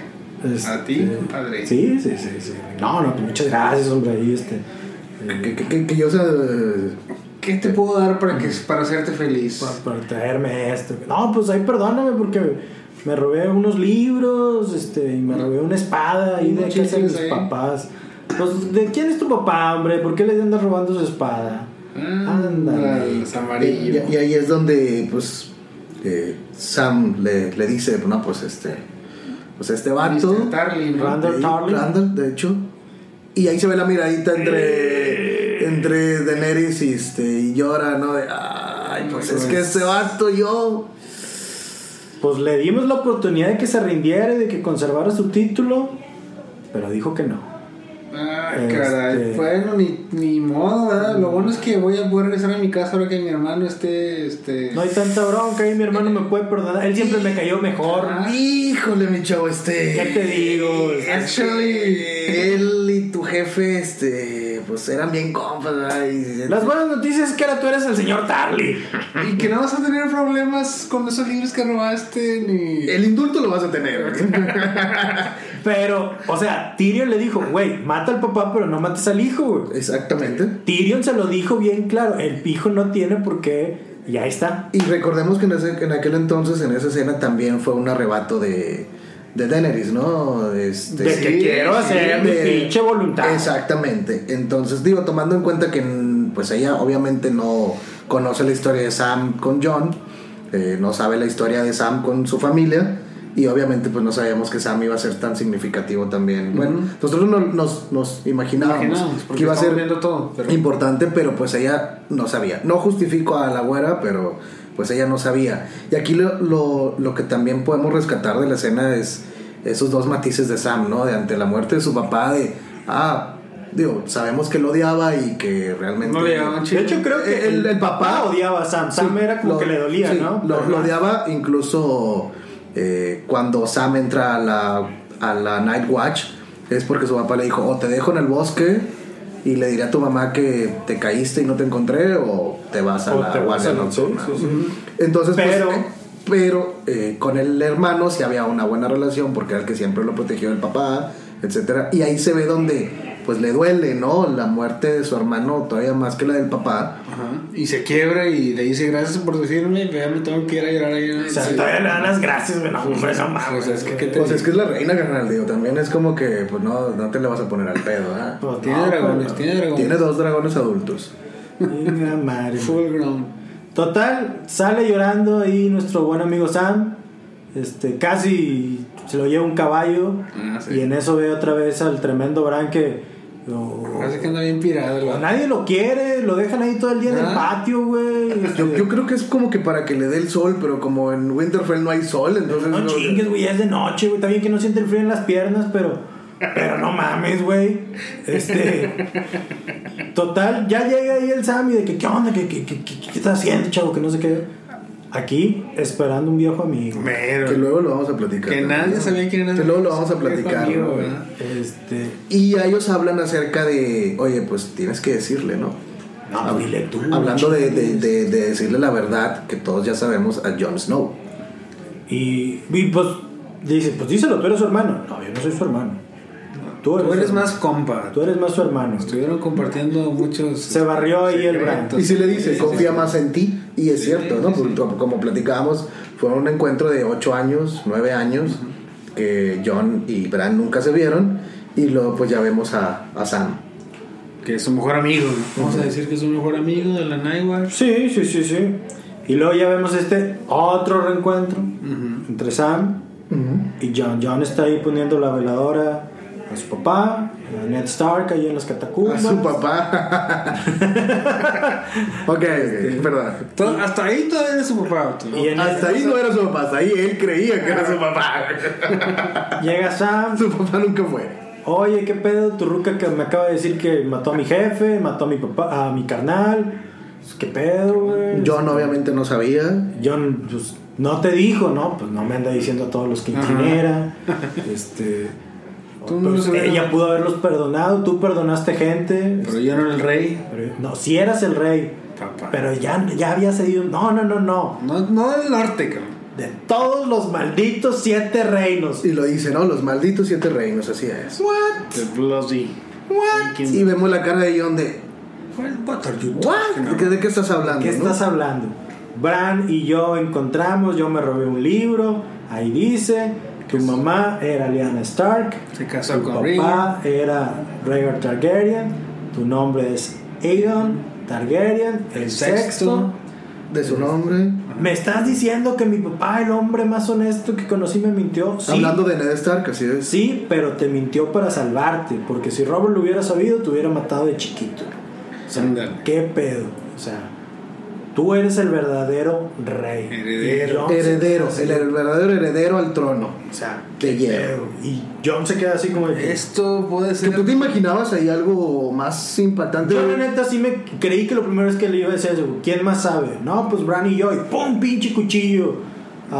Speaker 2: Este,
Speaker 4: ¿A ti, padre?
Speaker 2: Sí, sí, sí, sí. No, no, muchas gracias, hombre. ahí, este.
Speaker 3: Que, que- que- que yo sea.
Speaker 4: ¿Qué te puedo dar para, que, para hacerte feliz?
Speaker 2: por, por traerme esto. No, pues ahí perdóname porque me robé unos libros, este, y me robé una espada ahí de
Speaker 4: Unos
Speaker 2: casa de mis
Speaker 4: chicles ahí.
Speaker 2: papás. Pues, ¿de quién es tu papá, hombre? ¿Por qué le andas robando su espada?
Speaker 4: Mm, Ah,
Speaker 2: Ándale.
Speaker 4: Ándale, es amarillo.
Speaker 3: Y, y ahí es donde, pues. eh, Sam le, le dice, no, pues este. Pues este vato.
Speaker 4: Mr. Tarling, ¿no?
Speaker 2: Randall
Speaker 3: Sí,
Speaker 2: Tarly.
Speaker 3: Randall, de hecho. Y ahí se ve la miradita entre. Entre Daenerys y, este, y llora, ¿no? De, Ay, pues es que este vato, yo.
Speaker 2: Pues le dimos la oportunidad de que se rindiera y de que conservara su título, pero dijo que no.
Speaker 4: Ah,
Speaker 2: Este-
Speaker 4: caray. Bueno, ni, ni modo, ¿verdad? Lo bueno es que voy a poder regresar a mi casa ahora que mi hermano esté. Este...
Speaker 2: No hay tanta bronca y mi hermano me puede perdonar. Él siempre me cayó mejor.
Speaker 4: Ah.
Speaker 3: Híjole, mi chavo, este.
Speaker 2: ¿Qué te digo?
Speaker 4: Actually.
Speaker 3: Él y tu jefe, este, pues eran bien compas, ¿verdad? Y-
Speaker 2: Las buenas noticias es que ahora tú eres el señor Tarly.
Speaker 4: Y que no vas a tener problemas con esos libros que robaste ni.
Speaker 3: El indulto lo vas a tener.
Speaker 2: Pero, o sea, Tyrion le dijo, güey, mata al papá, pero no mates al hijo, güey.
Speaker 3: Exactamente.
Speaker 2: Tyrion se lo dijo bien claro, el hijo no tiene por qué, y ahí está.
Speaker 3: Y recordemos que en, ese- en aquel entonces, en esa escena, también fue un arrebato de, de Daenerys, ¿no? Este,
Speaker 2: De que quiero
Speaker 4: sí,
Speaker 2: hacer mi
Speaker 3: de-
Speaker 2: pinche voluntad.
Speaker 3: Exactamente. Entonces, digo, tomando en cuenta que mm, pues ella obviamente no conoce la historia de Sam con John, eh, no sabe la historia de Sam con su familia. Y obviamente pues no sabíamos que Sam iba a ser tan significativo también. Bueno, nosotros no- nos, nos imaginábamos,
Speaker 4: Imaginábamos, porque
Speaker 3: que iba a
Speaker 4: estamos
Speaker 3: ser
Speaker 4: viendo todo, pero-
Speaker 3: importante, pero pues ella no sabía. No justifico a la güera, pero pues ella no sabía. Y aquí lo, lo, lo que también podemos rescatar de la escena es esos dos matices de Sam, ¿no? De ante la muerte de su papá, de, ah, digo, sabemos que lo odiaba y que realmente...
Speaker 4: No le llevaban
Speaker 2: De hecho, creo que
Speaker 3: El- el papá
Speaker 2: odiaba a Sam. Sam
Speaker 3: Sí,
Speaker 2: era como
Speaker 3: lo-
Speaker 2: que le dolía,
Speaker 3: sí,
Speaker 2: ¿no?
Speaker 3: Lo,
Speaker 2: Ajá.
Speaker 3: lo odiaba incluso eh, cuando Sam entra a la, a la Night Watch, es porque su papá le dijo, o te dejo en el bosque y le diré a tu mamá que te caíste y no te encontré, o te vas a
Speaker 2: O
Speaker 3: la
Speaker 2: te vas
Speaker 3: guardia
Speaker 2: a la-
Speaker 3: nocturna".
Speaker 2: sí, sí, sí.
Speaker 3: Ujú. Entonces, pues,
Speaker 2: Pero-
Speaker 3: eh, pero eh, con el hermano sí había una buena relación porque era el que siempre lo protegió el papá, etcétera. Y ahí se ve donde pues le duele, ¿no? La muerte de su hermano todavía más que la del papá.
Speaker 4: Ajá. Y se quiebra y le dice gracias por decirme, pero ya me tengo que ir a llorar ahí.
Speaker 2: O sea, todavía le dan las gracias, güey, no, hombre, no mames.
Speaker 4: O sea, es que, ¿qué te
Speaker 3: Pues es
Speaker 4: digo?
Speaker 3: que es la reina, carnal, digo, también es como que, pues no, no te le vas a poner al pedo, ¿ah?
Speaker 2: Pues,
Speaker 4: Tiene
Speaker 2: no,
Speaker 4: dragones, tiene dragones.
Speaker 3: Tiene dos dragones adultos.
Speaker 2: Venga, madre.
Speaker 4: Full ground.
Speaker 2: Total, sale llorando ahí nuestro buen amigo Sam. Este, casi se lo lleva un caballo.
Speaker 4: Ah, sí.
Speaker 2: Y en eso ve otra vez al tremendo Bran que. o-
Speaker 4: Parece que anda bien pirado.
Speaker 2: o
Speaker 4: el vato.
Speaker 2: nadie lo quiere, lo dejan ahí todo el día en el
Speaker 4: Ah.
Speaker 2: patio, güey. este,
Speaker 3: Yo, yo creo que es como que para que le dé el sol, pero como en Winterfell no hay sol, entonces...
Speaker 2: No
Speaker 3: no-
Speaker 2: chingues, güey, ya es de noche, güey. Está bien que no siente el frío en las piernas, pero. Pero no mames, güey. Este. Total, ya llega ahí el Sammy de que, ¿qué onda? ¿Qué, qué, qué, qué, qué estás haciendo, chavo? Que no sé qué. Aquí, esperando un viejo amigo.
Speaker 4: Mero.
Speaker 3: Que luego lo vamos a platicar.
Speaker 4: Que
Speaker 3: ¿no?
Speaker 4: nadie sabía quién era.
Speaker 3: Que luego lo vamos a
Speaker 4: su viejo
Speaker 3: platicar,
Speaker 4: amigo,
Speaker 3: ¿no?
Speaker 4: ¿verdad?
Speaker 2: Este.
Speaker 3: Y ya ellos hablan acerca de, oye, pues tienes que decirle, ¿no?
Speaker 2: No,
Speaker 3: Hab-
Speaker 2: dile tú,
Speaker 3: Hablando de, de- de- de decirle la verdad que todos ya sabemos a Jon Snow.
Speaker 2: Y, y, pues dice, pues díselo, tú eres su hermano. No, yo no soy su hermano. Tú eres,
Speaker 4: Tú eres
Speaker 2: su-
Speaker 4: más compa.
Speaker 2: Tú eres más su hermano.
Speaker 4: Estuvieron compartiendo muchos.
Speaker 2: Se barrió ahí el Bran.
Speaker 3: Y si le dice,
Speaker 4: Sí,
Speaker 3: confía
Speaker 4: sí, sí.
Speaker 3: más en ti, y es
Speaker 4: Sí,
Speaker 3: cierto, ¿no?
Speaker 4: sí, sí.
Speaker 3: Porque Como platicábamos, fue un encuentro de 8 años, 9 años, que John y Bran nunca se vieron, y luego pues ya vemos a, a Sam.
Speaker 4: Que es su mejor amigo. ¿no? Vamos a decir que es su mejor amigo de la Nightwatch.
Speaker 2: Sí, sí, sí, sí. Y luego ya vemos este otro reencuentro entre Sam y John. John está ahí poniendo la veladora a su papá, a Ned Stark ahí en las
Speaker 3: A
Speaker 2: catacumbas.
Speaker 3: su papá. ok,
Speaker 4: Este,
Speaker 3: ok, perdón.
Speaker 4: To- Hasta ahí todavía era su papá. tú.
Speaker 2: Y en
Speaker 3: Hasta ahí no era su papá, hasta ahí él creía que era su papá.
Speaker 2: Llega Sam,
Speaker 3: su papá nunca fue.
Speaker 2: oye, qué pedo, tu ruca que me acaba de decir que mató a mi jefe, mató a mi papá, a mi carnal. Pues, ¿Qué pedo, güey?
Speaker 3: John obviamente no sabía.
Speaker 2: John, pues, no te dijo, ¿no? Pues no me anda diciendo a todos los que
Speaker 4: Ajá.
Speaker 2: quiniera. este.
Speaker 4: Tú
Speaker 2: o-
Speaker 4: no
Speaker 2: pues,
Speaker 4: sabías.
Speaker 2: ella pudo haberlos perdonado, tú perdonaste gente.
Speaker 4: Pero yo no era el rey.
Speaker 2: Pero- no, si eras el rey,
Speaker 4: Papá.
Speaker 2: pero ya, ya había cedido. No, no, no, no.
Speaker 4: No, no del norte, cabrón.
Speaker 2: De todos los malditos siete reinos.
Speaker 3: Y lo dice, ¿no? Los malditos siete reinos, así es.
Speaker 2: ¿What?
Speaker 4: The bloody.
Speaker 2: ¿What?
Speaker 3: Y vemos la cara de John de,
Speaker 4: What are you
Speaker 3: ¿What?
Speaker 4: talking
Speaker 3: ¿De, qué,
Speaker 4: about?
Speaker 3: de qué estás hablando?
Speaker 2: ¿Qué
Speaker 3: no?
Speaker 2: estás hablando? Bran y yo encontramos, yo me robé un libro, ahí dice, tu mamá era Lyanna Stark,
Speaker 4: Se casó
Speaker 2: tu
Speaker 4: con Rick.
Speaker 2: papá era Rhaegar Targaryen, tu nombre es Aegon Targaryen, el,
Speaker 4: El
Speaker 2: sexto.
Speaker 4: sexto.
Speaker 3: De su nombre.
Speaker 2: ¿Me estás diciendo que mi papá, el hombre más honesto que conocí, me mintió? Sí,
Speaker 3: Hablando de Ned Stark, así es.
Speaker 2: sí, pero te mintió para salvarte, porque si Robert lo hubiera sabido, te hubiera matado de chiquito. O sea,
Speaker 4: Ándale.
Speaker 2: ¿qué pedo? O sea, tú eres el verdadero rey.
Speaker 4: Heredero.
Speaker 2: Y Jon se
Speaker 3: Heredero,
Speaker 2: queda así,
Speaker 3: el, el verdadero heredero al trono.
Speaker 2: O sea,
Speaker 3: Te
Speaker 2: qué
Speaker 3: llevo.
Speaker 2: pedo. Y John se queda así como de que-
Speaker 4: Esto puede
Speaker 3: Que
Speaker 4: ser.
Speaker 3: tú te imaginabas ahí algo más impactante.
Speaker 2: Yo la neta sí me creí que lo primero es que le iba a decir eso. ¿Quién más sabe? No, pues Bran y yo. Y ¡pum! Pinche cuchillo a-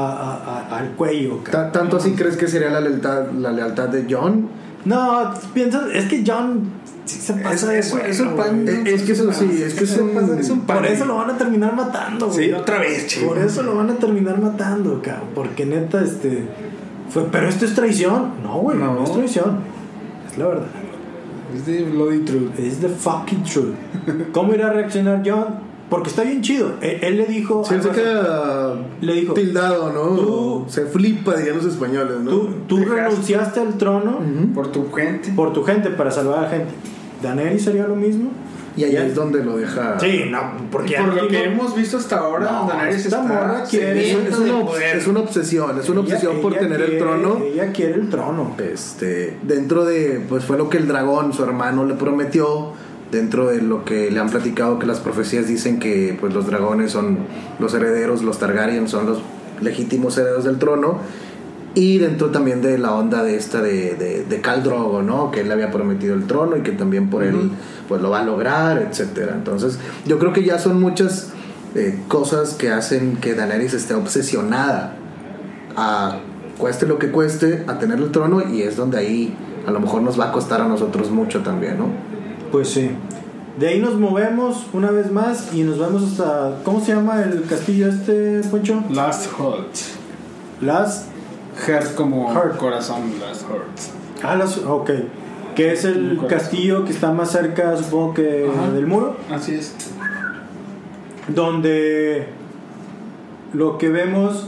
Speaker 2: a- a- al cuello. cabrón.
Speaker 3: Ta- Tanto así crees que sería la lealtad, la lealtad de John.
Speaker 2: No, piensas, es que John sí se pasa de
Speaker 4: Es- es un-
Speaker 2: huevo,
Speaker 4: es un pan-
Speaker 2: güey.
Speaker 3: Es que eso sí, es que es un.
Speaker 4: Es un pan.
Speaker 2: Por eso lo van a terminar matando, güey.
Speaker 4: Sí, otra vez, chico.
Speaker 2: Por eso lo van a terminar matando, cabrón. Porque neta, este. Fue, pero esto es traición. No, güey, no.
Speaker 4: No.
Speaker 2: es traición. Es la verdad.
Speaker 4: Es de eh, bloody truth.
Speaker 2: Es the fucking truth. ¿Cómo irá a reaccionar John? Porque está bien chido. Él, él le dijo.
Speaker 3: Sí, él se
Speaker 2: algo así.
Speaker 3: queda
Speaker 2: Le dijo,
Speaker 3: tildado, ¿no?
Speaker 2: tú-
Speaker 3: se flipa, dirían los españoles, ¿no?
Speaker 2: tú tú
Speaker 4: Dejaste.
Speaker 2: renunciaste al trono
Speaker 3: Ujú.
Speaker 4: Por tu gente.
Speaker 2: por tu gente para salvar a la gente. ¿Daenerys sería lo mismo?
Speaker 3: Y ahí es donde lo deja.
Speaker 2: Sí, no, porque
Speaker 4: Por lo
Speaker 2: aquí
Speaker 4: que
Speaker 2: no-
Speaker 4: hemos visto hasta ahora,
Speaker 2: No,
Speaker 4: Daenerys
Speaker 2: esta morra
Speaker 4: está
Speaker 2: quiere-
Speaker 3: Es,
Speaker 4: sedienta
Speaker 3: es
Speaker 4: de
Speaker 3: una, obs-
Speaker 4: poder.
Speaker 3: es una obsesión, es una
Speaker 2: Ella-
Speaker 3: obsesión por
Speaker 2: ella
Speaker 3: tener el
Speaker 2: quiere-
Speaker 3: trono.
Speaker 2: Ella quiere el trono.
Speaker 3: Este, dentro de, pues fue lo que el dragón, su hermano, le prometió. Dentro de lo que le han platicado, que las profecías dicen que pues, los dragones son los herederos, los Targaryen son los legítimos herederos del trono. Y dentro también de la onda de esta de, de, de Khal Drogo, ¿no? Que él le había prometido el trono y que también por él pues lo va a lograr, etcétera. Entonces, yo creo que ya son muchas eh, cosas que hacen que Daenerys esté obsesionada a cueste lo que cueste, a tener el trono y es donde ahí a lo mejor nos va a costar a nosotros mucho también, ¿no?
Speaker 2: Pues sí. De ahí nos movemos una vez más y nos vamos hasta. ¿Cómo se llama el castillo este, Poncho?
Speaker 4: Last Heart.
Speaker 2: Las.
Speaker 4: Heart como
Speaker 2: Heart.
Speaker 4: corazón, Last Heart.
Speaker 2: Ah, las. Ok. Que es el
Speaker 4: Nunca.
Speaker 2: castillo que está más cerca, supongo que
Speaker 4: Ajá.
Speaker 2: del muro.
Speaker 4: Así es.
Speaker 2: Donde. Lo que vemos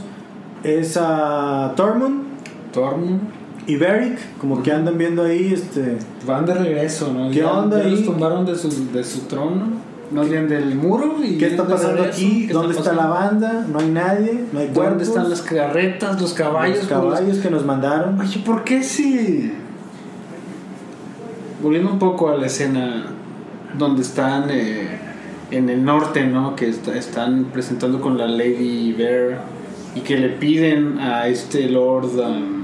Speaker 2: es a Tormund
Speaker 4: Tormund.
Speaker 2: y Beric, como que andan viendo ahí, este.
Speaker 4: Van de regreso, ¿no?
Speaker 2: ¿Qué
Speaker 4: ya,
Speaker 2: onda
Speaker 4: ya
Speaker 2: ahí?
Speaker 4: los tumbaron de su, de su trono, más bien del muro. Y
Speaker 2: ¿Qué está
Speaker 4: vienen de
Speaker 2: pasando
Speaker 4: regreso.
Speaker 2: aquí?
Speaker 4: ¿Qué
Speaker 2: ¿Dónde está la
Speaker 4: pasando?
Speaker 2: banda? No hay nadie, no hay
Speaker 4: ¿Dónde
Speaker 2: cuerpos.
Speaker 4: están las carretas, los caballos?
Speaker 2: Los caballos que nos mandaron?
Speaker 4: Oye, ¿por qué si... Volviendo un poco a la escena donde están eh, en el norte, ¿no? Que est- están presentando con la Lady Bear y que le piden a este Lord... um,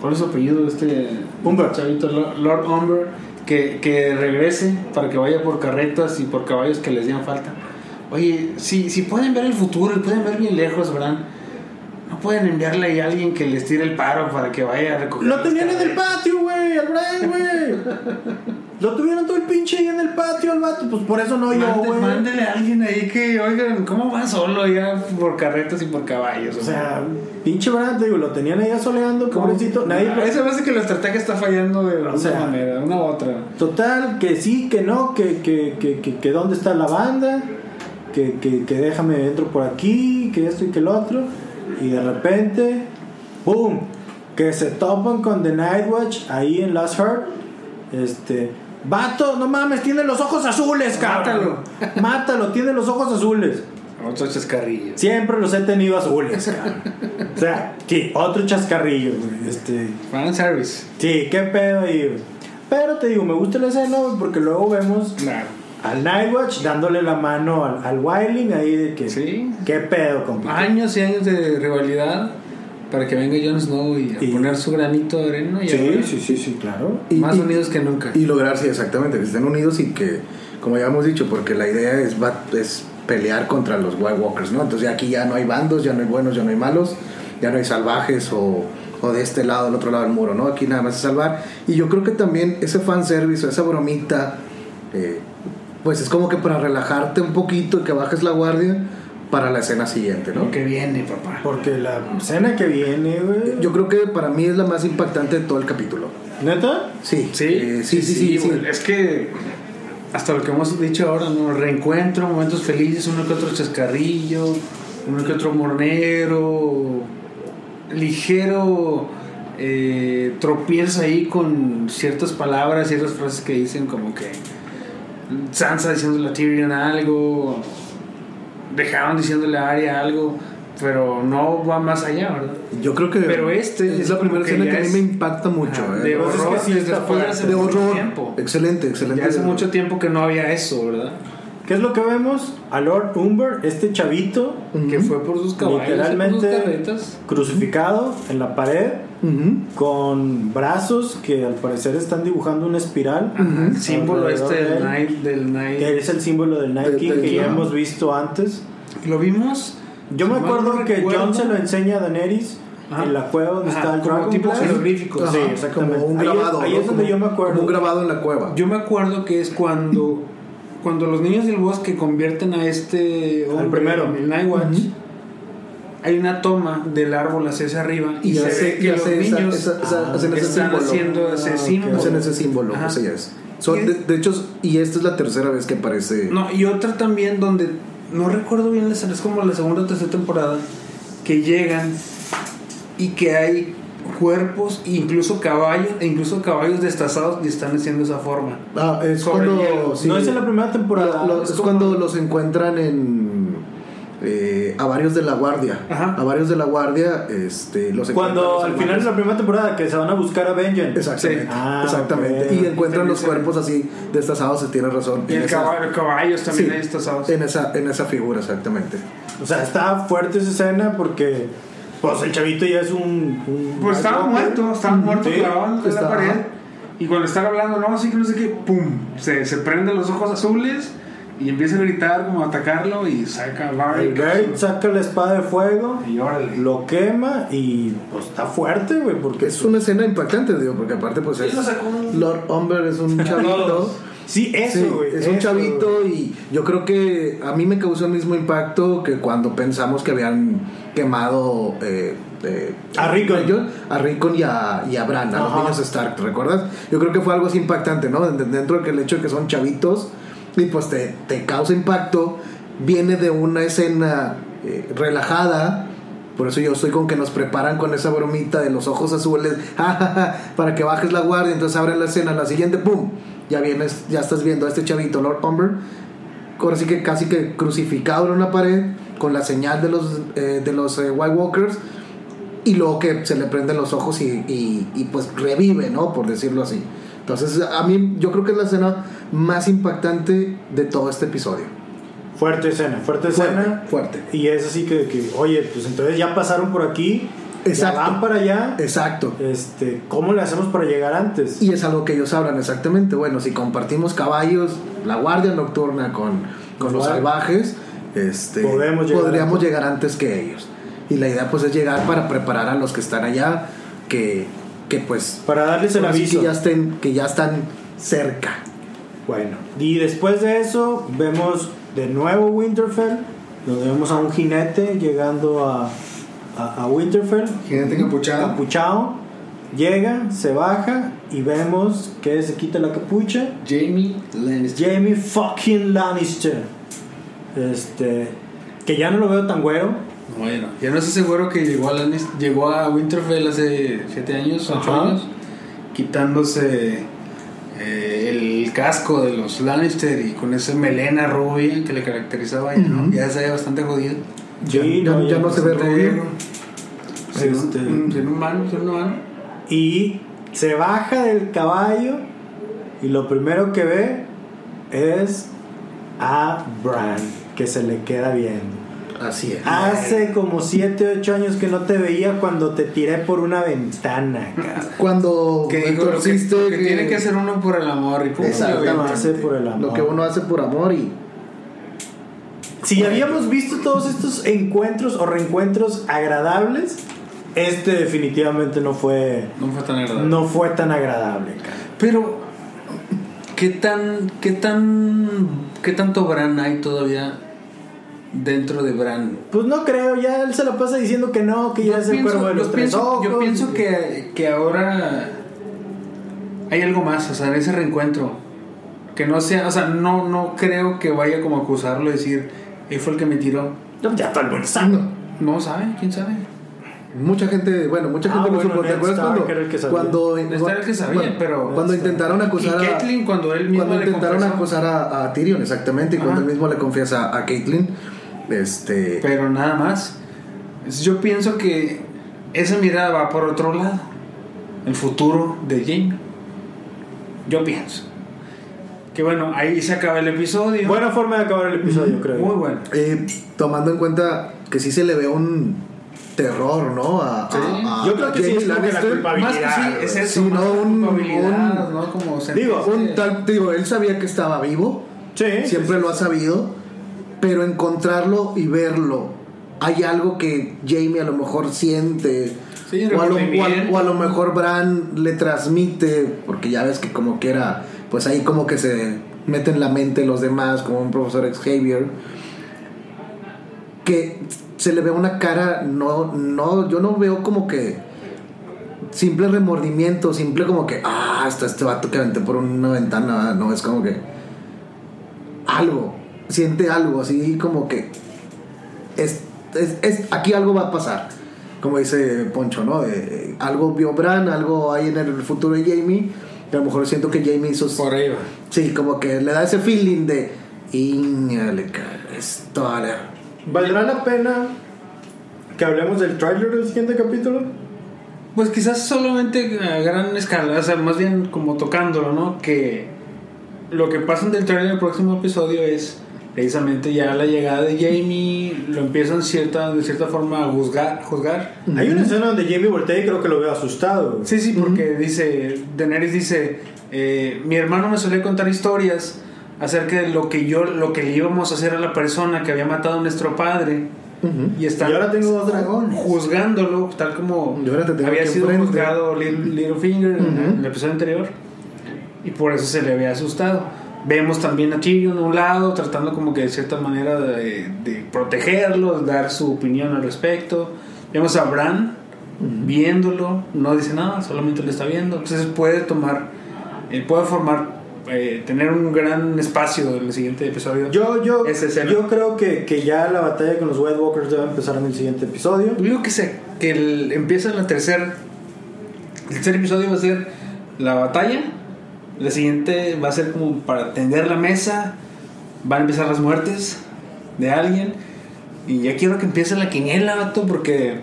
Speaker 4: ¿Cuál es su apellido? Este...
Speaker 2: Umber.
Speaker 4: Chavito, Lo- Lord Umber, que, que regrese para que vaya por carretas y por caballos que les dieran falta. Oye, si, si pueden ver el futuro y pueden ver bien lejos, ¿verdad? No pueden enviarle ahí a alguien que les tire el paro para que vaya a recoger.
Speaker 2: Lo
Speaker 4: las
Speaker 2: tenían en el
Speaker 4: carretas?
Speaker 2: patio, güey, al Brian, güey. Lo tuvieron todo el pinche ahí en el patio, al vato. Pues por eso no yo,
Speaker 4: Mande-
Speaker 2: güey.
Speaker 4: Mándele a alguien ahí que, oigan, ¿cómo va solo ya por carretas y por caballos?
Speaker 2: O sea, pinche Brian, te digo, lo tenían ahí asoleando,
Speaker 4: ¿Cómo?
Speaker 2: pobrecito. Nadie lo-
Speaker 4: Eso me hace que la estrategia está fallando de una
Speaker 2: sea,
Speaker 4: manera, una u otra.
Speaker 2: Total, que sí, que no, que, que, que, que, que dónde está la banda, que, que, que déjame entro por aquí, que esto y que el otro. Y de repente, ¡boom! Que se topan con The Nightwatch ahí en Last Heart. Este, vato, no mames, tiene los ojos azules, cabrón. Mátalo. Mátalo, tiene los ojos azules.
Speaker 4: Otro chascarrillo.
Speaker 2: Siempre los he tenido azules, cabrón. O sea, sí, otro chascarrillo, güey, Este,
Speaker 4: Fan service.
Speaker 2: sí, qué pedo ahí, güey. Pero te digo, me gusta la escena, güey, porque luego vemos
Speaker 4: Claro.
Speaker 2: al Nightwatch dándole la mano al, al Wildling ahí de que
Speaker 4: Sí. Ah,
Speaker 2: qué pedo compa
Speaker 4: Años y años de rivalidad para que venga Jon Snow y, a
Speaker 2: Y-
Speaker 4: poner su granito de arena y ahora
Speaker 2: sí sí claro
Speaker 3: Y-
Speaker 4: más
Speaker 3: y-
Speaker 4: unidos que nunca.
Speaker 3: Y lograr, sí, exactamente, que estén unidos y que como ya hemos dicho, porque la idea es, va- es pelear contra los White Walkers, ¿no? Entonces ya aquí ya no hay bandos, ya no hay buenos, ya no hay malos, ya no hay salvajes o, o de este lado, del otro lado del muro, ¿no? Aquí nada más es salvar. Y yo creo que también ese fanservice o esa bromita, eh, pues es como que para relajarte un poquito y que bajes la guardia para la escena siguiente, ¿no?
Speaker 4: Lo que viene, papá.
Speaker 2: Porque la escena que viene, güey.
Speaker 3: Yo creo que para mí es la más impactante de todo el capítulo.
Speaker 2: ¿Neta?
Speaker 3: Sí,
Speaker 4: Sí,
Speaker 3: eh, sí, sí, sí, sí.
Speaker 4: güey. Es que hasta lo que hemos dicho ahora, ¿no? Reencuentro, momentos felices, uno que otro chascarrillo, uno que otro mornero, ligero eh, tropieza ahí con ciertas palabras, ciertas frases que dicen como que Sansa diciéndole a Tyrion algo, dejaron diciéndole a Arya algo, pero no va más allá, ¿verdad?
Speaker 3: Yo creo que
Speaker 4: Pero este
Speaker 3: es
Speaker 4: es
Speaker 3: la primera
Speaker 4: como que
Speaker 3: escena
Speaker 4: ya
Speaker 3: que a mí
Speaker 4: es-
Speaker 3: me impacta mucho.
Speaker 4: Ajá,
Speaker 3: eh.
Speaker 4: de
Speaker 2: Pues es que
Speaker 4: horror,
Speaker 2: sí
Speaker 4: desde
Speaker 2: está
Speaker 4: después de
Speaker 2: fuerte.
Speaker 4: hace
Speaker 3: De
Speaker 4: mucho
Speaker 3: horror.
Speaker 4: tiempo.
Speaker 3: Excelente, excelente.
Speaker 4: Ya hace mucho tiempo que no había eso, ¿verdad?
Speaker 2: ¿Qué es lo que vemos? A Lord Umber, este chavito,
Speaker 3: Ujú.
Speaker 4: Que fue por sus caballos,
Speaker 2: Literalmente.
Speaker 4: por sus carretas.
Speaker 2: crucificado en la pared,
Speaker 3: Ujú.
Speaker 2: con brazos que al parecer están dibujando una espiral.
Speaker 4: Ajá, el símbolo
Speaker 2: Alrededor
Speaker 4: este
Speaker 2: de
Speaker 4: del
Speaker 2: él,
Speaker 4: Night, del
Speaker 2: Que
Speaker 4: Night.
Speaker 2: es el símbolo del Night
Speaker 3: Del-
Speaker 2: King
Speaker 3: del
Speaker 2: que ya
Speaker 3: King.
Speaker 2: hemos visto antes.
Speaker 4: Lo vimos.
Speaker 2: Yo me
Speaker 4: Si mal
Speaker 2: acuerdo
Speaker 4: no
Speaker 2: que
Speaker 4: recuerdo,
Speaker 2: John se lo enseña a Daenerys
Speaker 4: Ajá.
Speaker 2: en la cueva donde
Speaker 4: Ajá,
Speaker 2: está el
Speaker 4: como
Speaker 2: Dragon
Speaker 4: tipo
Speaker 2: Blast.
Speaker 4: jeroglífico.
Speaker 2: Sí,
Speaker 3: Ajá,
Speaker 2: exactamente.
Speaker 3: Como un
Speaker 2: Ahí es-
Speaker 3: grabado.
Speaker 2: ahí
Speaker 3: ¿no?
Speaker 2: es donde
Speaker 3: Como-
Speaker 2: yo me acuerdo.
Speaker 3: Como un grabado en la cueva.
Speaker 4: Yo me acuerdo que es cuando cuando los niños del bosque convierten a este hombre
Speaker 2: primero.
Speaker 4: en el Nightwatch.
Speaker 3: Ujú.
Speaker 4: Hay una toma del árbol hacia esa arriba y
Speaker 3: Y
Speaker 4: se
Speaker 3: hace-
Speaker 4: ve
Speaker 3: y
Speaker 4: que los
Speaker 3: hace esa-
Speaker 4: niños
Speaker 3: esa- esa-
Speaker 4: ah,
Speaker 3: hacen ese
Speaker 4: están
Speaker 3: símbolo.
Speaker 4: haciendo
Speaker 2: Ah,
Speaker 4: ese
Speaker 2: ok.
Speaker 4: símbolo.
Speaker 3: Hacen ese símbolo,
Speaker 4: Ajá.
Speaker 3: pues ella es. Son,
Speaker 4: Y-
Speaker 3: de, de hecho, y esta es la tercera vez que aparece.
Speaker 4: No, y otra también donde no recuerdo bien, es como la segunda o tercera temporada, que llegan y que hay cuerpos, incluso caballos, e incluso caballos destazados y están haciendo esa forma.
Speaker 3: Ah, es
Speaker 4: Sobre
Speaker 3: cuando.
Speaker 4: hielo.
Speaker 3: sí.
Speaker 2: No es en la primera temporada.
Speaker 3: Lo- es
Speaker 2: es como-
Speaker 3: cuando los encuentran en. eh, a varios de la guardia.
Speaker 4: Ajá.
Speaker 3: A varios de la guardia. Este, los
Speaker 2: cuando
Speaker 3: encuentran
Speaker 2: al
Speaker 3: los
Speaker 2: final de la primera temporada que se van a buscar a Benjen.
Speaker 3: Exactamente.
Speaker 4: Sí.
Speaker 2: Ah,
Speaker 3: exactamente.
Speaker 2: ok.
Speaker 3: Y encuentran los
Speaker 4: Entendí, sí.
Speaker 3: cuerpos así destazados, se tiene razón.
Speaker 4: Y
Speaker 3: en
Speaker 4: el
Speaker 3: esa-
Speaker 4: caballo, caballos también
Speaker 3: Sí.
Speaker 4: hay destazados.
Speaker 3: En esa, en esa figura, exactamente.
Speaker 2: O sea, está fuerte esa escena porque pues el chavito ya es un, un-
Speaker 4: Pues estaba
Speaker 2: un-
Speaker 4: muerto, estaba muerto
Speaker 2: Sí,
Speaker 4: clavado en la
Speaker 3: estaba-
Speaker 4: pared. Y cuando están hablando, no, así que no sé qué, pum, se, se prende los ojos azules y empieza a gritar como a atacarlo y saca a Barry.
Speaker 2: El Garrett saca la espada de fuego,
Speaker 4: Y órale.
Speaker 2: lo quema y pues está fuerte, güey, porque
Speaker 3: Es una escena impactante, digo, porque aparte pues
Speaker 4: Sí,
Speaker 3: es...
Speaker 4: lo sacó un-
Speaker 3: Lord Umber es un chavito.
Speaker 2: Sí,
Speaker 3: Sí,
Speaker 2: eso, güey.
Speaker 3: es un
Speaker 2: eso, güey.
Speaker 3: chavito y yo creo que a mí me causó el mismo impacto que cuando pensamos que habían quemado eh, eh,
Speaker 2: A Rickon.
Speaker 3: ellos, a Rickon y a, y a Bran, a los
Speaker 2: Ajá.
Speaker 3: niños Stark, ¿te recuerdas? Yo creo que fue algo así impactante, ¿no? De- Dentro del hecho de que son chavitos y pues te, te causa impacto, viene de una escena eh, relajada. Por eso yo estoy con que nos preparan con esa bromita de los ojos azules, ja, ja, ja, para que bajes la guardia, entonces abren la escena, la siguiente, ¡pum! Ya vienes, ya estás viendo a este chavito, Lord Umber, ahora sí que casi que crucificado en una pared, con la señal de los, eh, de los eh, White Walkers, y luego que se le prenden los ojos y, y- y, pues revive, ¿no? Por decirlo así. Entonces, a mí yo creo que es la escena más impactante de todo este episodio.
Speaker 2: Fuerte escena, fuerte escena.
Speaker 3: Fuerte, fuerte.
Speaker 2: Y es así que, que, oye, pues entonces ya pasaron por aquí,
Speaker 3: Exacto.
Speaker 2: ya van para allá.
Speaker 3: Exacto.
Speaker 2: Este, ¿cómo le hacemos para llegar antes?
Speaker 3: Y es algo que ellos hablan exactamente. Bueno, si compartimos caballos, la guardia nocturna con, con los
Speaker 2: Guardia.
Speaker 3: salvajes, este,
Speaker 2: Podemos llegar
Speaker 3: podríamos
Speaker 2: antes.
Speaker 3: llegar antes que ellos. Y la idea pues es llegar para preparar a los que están allá, que, que pues...
Speaker 2: para darles el
Speaker 3: ahora sí
Speaker 2: aviso.
Speaker 3: Que ya, estén, que ya están cerca.
Speaker 2: Bueno, y después de eso vemos de nuevo Winterfell, donde vemos a un jinete llegando a, a, a Winterfell.
Speaker 4: Jinete encapuchado.
Speaker 2: Encapuchado. Llega, se baja y vemos que se quita la capucha.
Speaker 4: Jamie
Speaker 2: Es Jamie fucking Lannister. Este, que ya no lo veo tan güero.
Speaker 4: Bueno, ya no estoy seguro que llegó a, Lannis- llegó a Winterfell hace 7 años, 8
Speaker 2: Ajá.
Speaker 4: años, quitándose eh, el casco de los Lannister y con esa melena rubia que le caracterizaba, ya, ¿no?
Speaker 3: Ujú.
Speaker 4: ya se ve bastante jodido.
Speaker 3: Ya- ya- ya no se ve
Speaker 4: Bastante
Speaker 3: rubio.
Speaker 4: negro.
Speaker 2: Sí,
Speaker 4: Pero,
Speaker 2: este-
Speaker 4: mm, Tiene un mano, tiene un mano.
Speaker 2: Y se baja del caballo y lo primero que ve es a Bran, que se le queda viendo.
Speaker 3: Así es.
Speaker 2: Hace como 7, 8 años que no te veía cuando te tiré por una ventana, cabrón.
Speaker 3: Cuando
Speaker 4: Que digo, lo que,
Speaker 3: entorciste
Speaker 4: lo que tiene que hacer uno por el amor y pum,
Speaker 2: Lo
Speaker 3: Exactamente.
Speaker 2: que uno hace por el amor.
Speaker 3: Lo que uno hace por amor y
Speaker 2: Si habíamos visto todos estos encuentros o reencuentros agradables, este definitivamente no fue
Speaker 4: No fue tan agradable.
Speaker 2: no fue tan agradable, cabrón.
Speaker 4: Pero, ¿qué tan, qué tan, qué tanto Bran hay todavía dentro de Bran?
Speaker 2: Pues no creo, ya él se la pasa diciendo que no, que ya es el cuervo de los
Speaker 4: yo
Speaker 2: tres
Speaker 4: pienso-
Speaker 2: ojos.
Speaker 4: yo pienso que, que ahora hay algo más, o sea, en ese reencuentro. Que no sea, o sea, no, no creo que vaya como a acusarlo y decir, él fue el que me tiró.
Speaker 2: No, Ya todo el mundo sabe.
Speaker 4: No sabe, quién sabe.
Speaker 3: ah, mucha gente, bueno, mucha
Speaker 2: Ah,
Speaker 3: gente lo
Speaker 2: bueno,
Speaker 3: supo. ¿Te
Speaker 2: Ned
Speaker 3: acuerdas
Speaker 2: Stark
Speaker 3: cuando
Speaker 2: era el que sabía.
Speaker 3: cuando
Speaker 4: Ned Stark era el que sabía,
Speaker 3: bueno,
Speaker 4: pero-
Speaker 3: cuando
Speaker 2: Ned Stark.
Speaker 3: intentaron
Speaker 4: Y
Speaker 3: acusar a
Speaker 4: Caitlyn cuando él mismo
Speaker 3: cuando
Speaker 4: le
Speaker 3: intentaron
Speaker 4: confesó.
Speaker 3: acusar a, a Tyrion, exactamente, y cuando
Speaker 4: Ajá.
Speaker 3: él mismo le confiesa a Caitlyn, este
Speaker 4: Pero nada más. Yo pienso que esa mirada va por otro lado. El futuro de Jamie. Yo pienso. Que bueno, ahí se acaba el episodio.
Speaker 2: Buena forma de acabar el episodio, creo.
Speaker 4: Muy bueno.
Speaker 3: eh, tomando en cuenta que sí se le ve un terror, ¿no? A, a-
Speaker 4: Sí.
Speaker 3: a-
Speaker 2: Yo creo
Speaker 3: a
Speaker 2: que sí
Speaker 3: Jaime
Speaker 2: es como que la
Speaker 3: Lannister.
Speaker 4: Más
Speaker 2: culpabilidad.
Speaker 4: que sí,
Speaker 2: güey.
Speaker 4: es eso.
Speaker 3: Sí,
Speaker 4: más
Speaker 3: no, un-
Speaker 4: culpabilidad,
Speaker 3: un-
Speaker 4: ¿no? Como este, sentirse-
Speaker 2: Digo,
Speaker 3: un tal, digo, él sabía que estaba vivo,
Speaker 2: Sí,
Speaker 3: siempre
Speaker 2: sí,
Speaker 3: lo ha sabido, pero encontrarlo y verlo, hay algo que Jamie a lo mejor siente,
Speaker 4: Sí,
Speaker 3: o, a lo, o a-
Speaker 4: remordimiento.
Speaker 3: o a lo mejor Bran le transmite, porque ya ves que como quiera, pues ahí como que se mete en la mente los demás, como un profesor Xavier, que se le ve una cara, no, no, yo no veo como que simple remordimiento, simple como que, ah, está este vato que aventé por una ventana, ah, no, es como que algo, siente algo, así como que es, es- es- aquí algo va a pasar, como dice Poncho, ¿no? Eh, eh, algo vio Bran, algo hay en el futuro de Jamie, que a lo mejor siento que Jamie hizo,
Speaker 4: Por ahí va.
Speaker 3: sí, como que le da ese feeling de, íñale, cara, esto, vale".
Speaker 2: ¿Valdrá la pena que hablemos del tráiler del siguiente capítulo?
Speaker 4: Pues quizás solamente a gran escala, o sea, más bien como tocándolo, ¿no? Que lo que pasa en el trailer del próximo episodio es precisamente ya la llegada de Jamie, lo empiezan cierta, de cierta forma a juzgar. juzgar.
Speaker 2: Hay una escena donde Jamie voltea y creo que lo veo asustado. güey.
Speaker 4: Sí, sí, porque dice, Daenerys dice, eh, mi hermano me solía contar historias acerca de lo que yo, lo que le íbamos a hacer a la persona que había matado a nuestro padre.
Speaker 3: Ujú.
Speaker 4: Y está
Speaker 2: Y ahora tengo dos dragones.
Speaker 4: juzgándolo, tal como
Speaker 3: Y ahora te tengo
Speaker 4: había
Speaker 3: aquí
Speaker 4: sido
Speaker 3: enfrente.
Speaker 4: juzgado Little- Littlefinger en-
Speaker 3: Ujú.
Speaker 4: en el episodio anterior. Y por eso se le había asustado. Vemos también a Tyrion a un lado, tratando como que de cierta manera de, de protegerlo, de dar su opinión al respecto. Vemos a Bran viéndolo, no dice nada, solamente lo está viendo. Entonces puede tomar, eh, puede formar, eh, tener un gran espacio en el siguiente episodio.
Speaker 2: Yo, yo,
Speaker 4: Esa escena.
Speaker 2: yo creo que, que ya la batalla con los White Walkers debe empezar en el siguiente episodio.
Speaker 4: Yo digo que, se, que el- empieza la tercera. El tercer episodio va a ser la batalla. La siguiente va a ser como para tender la mesa. Van a empezar las muertes de alguien. Y ya quiero que empiece la quiniela, vato, porque.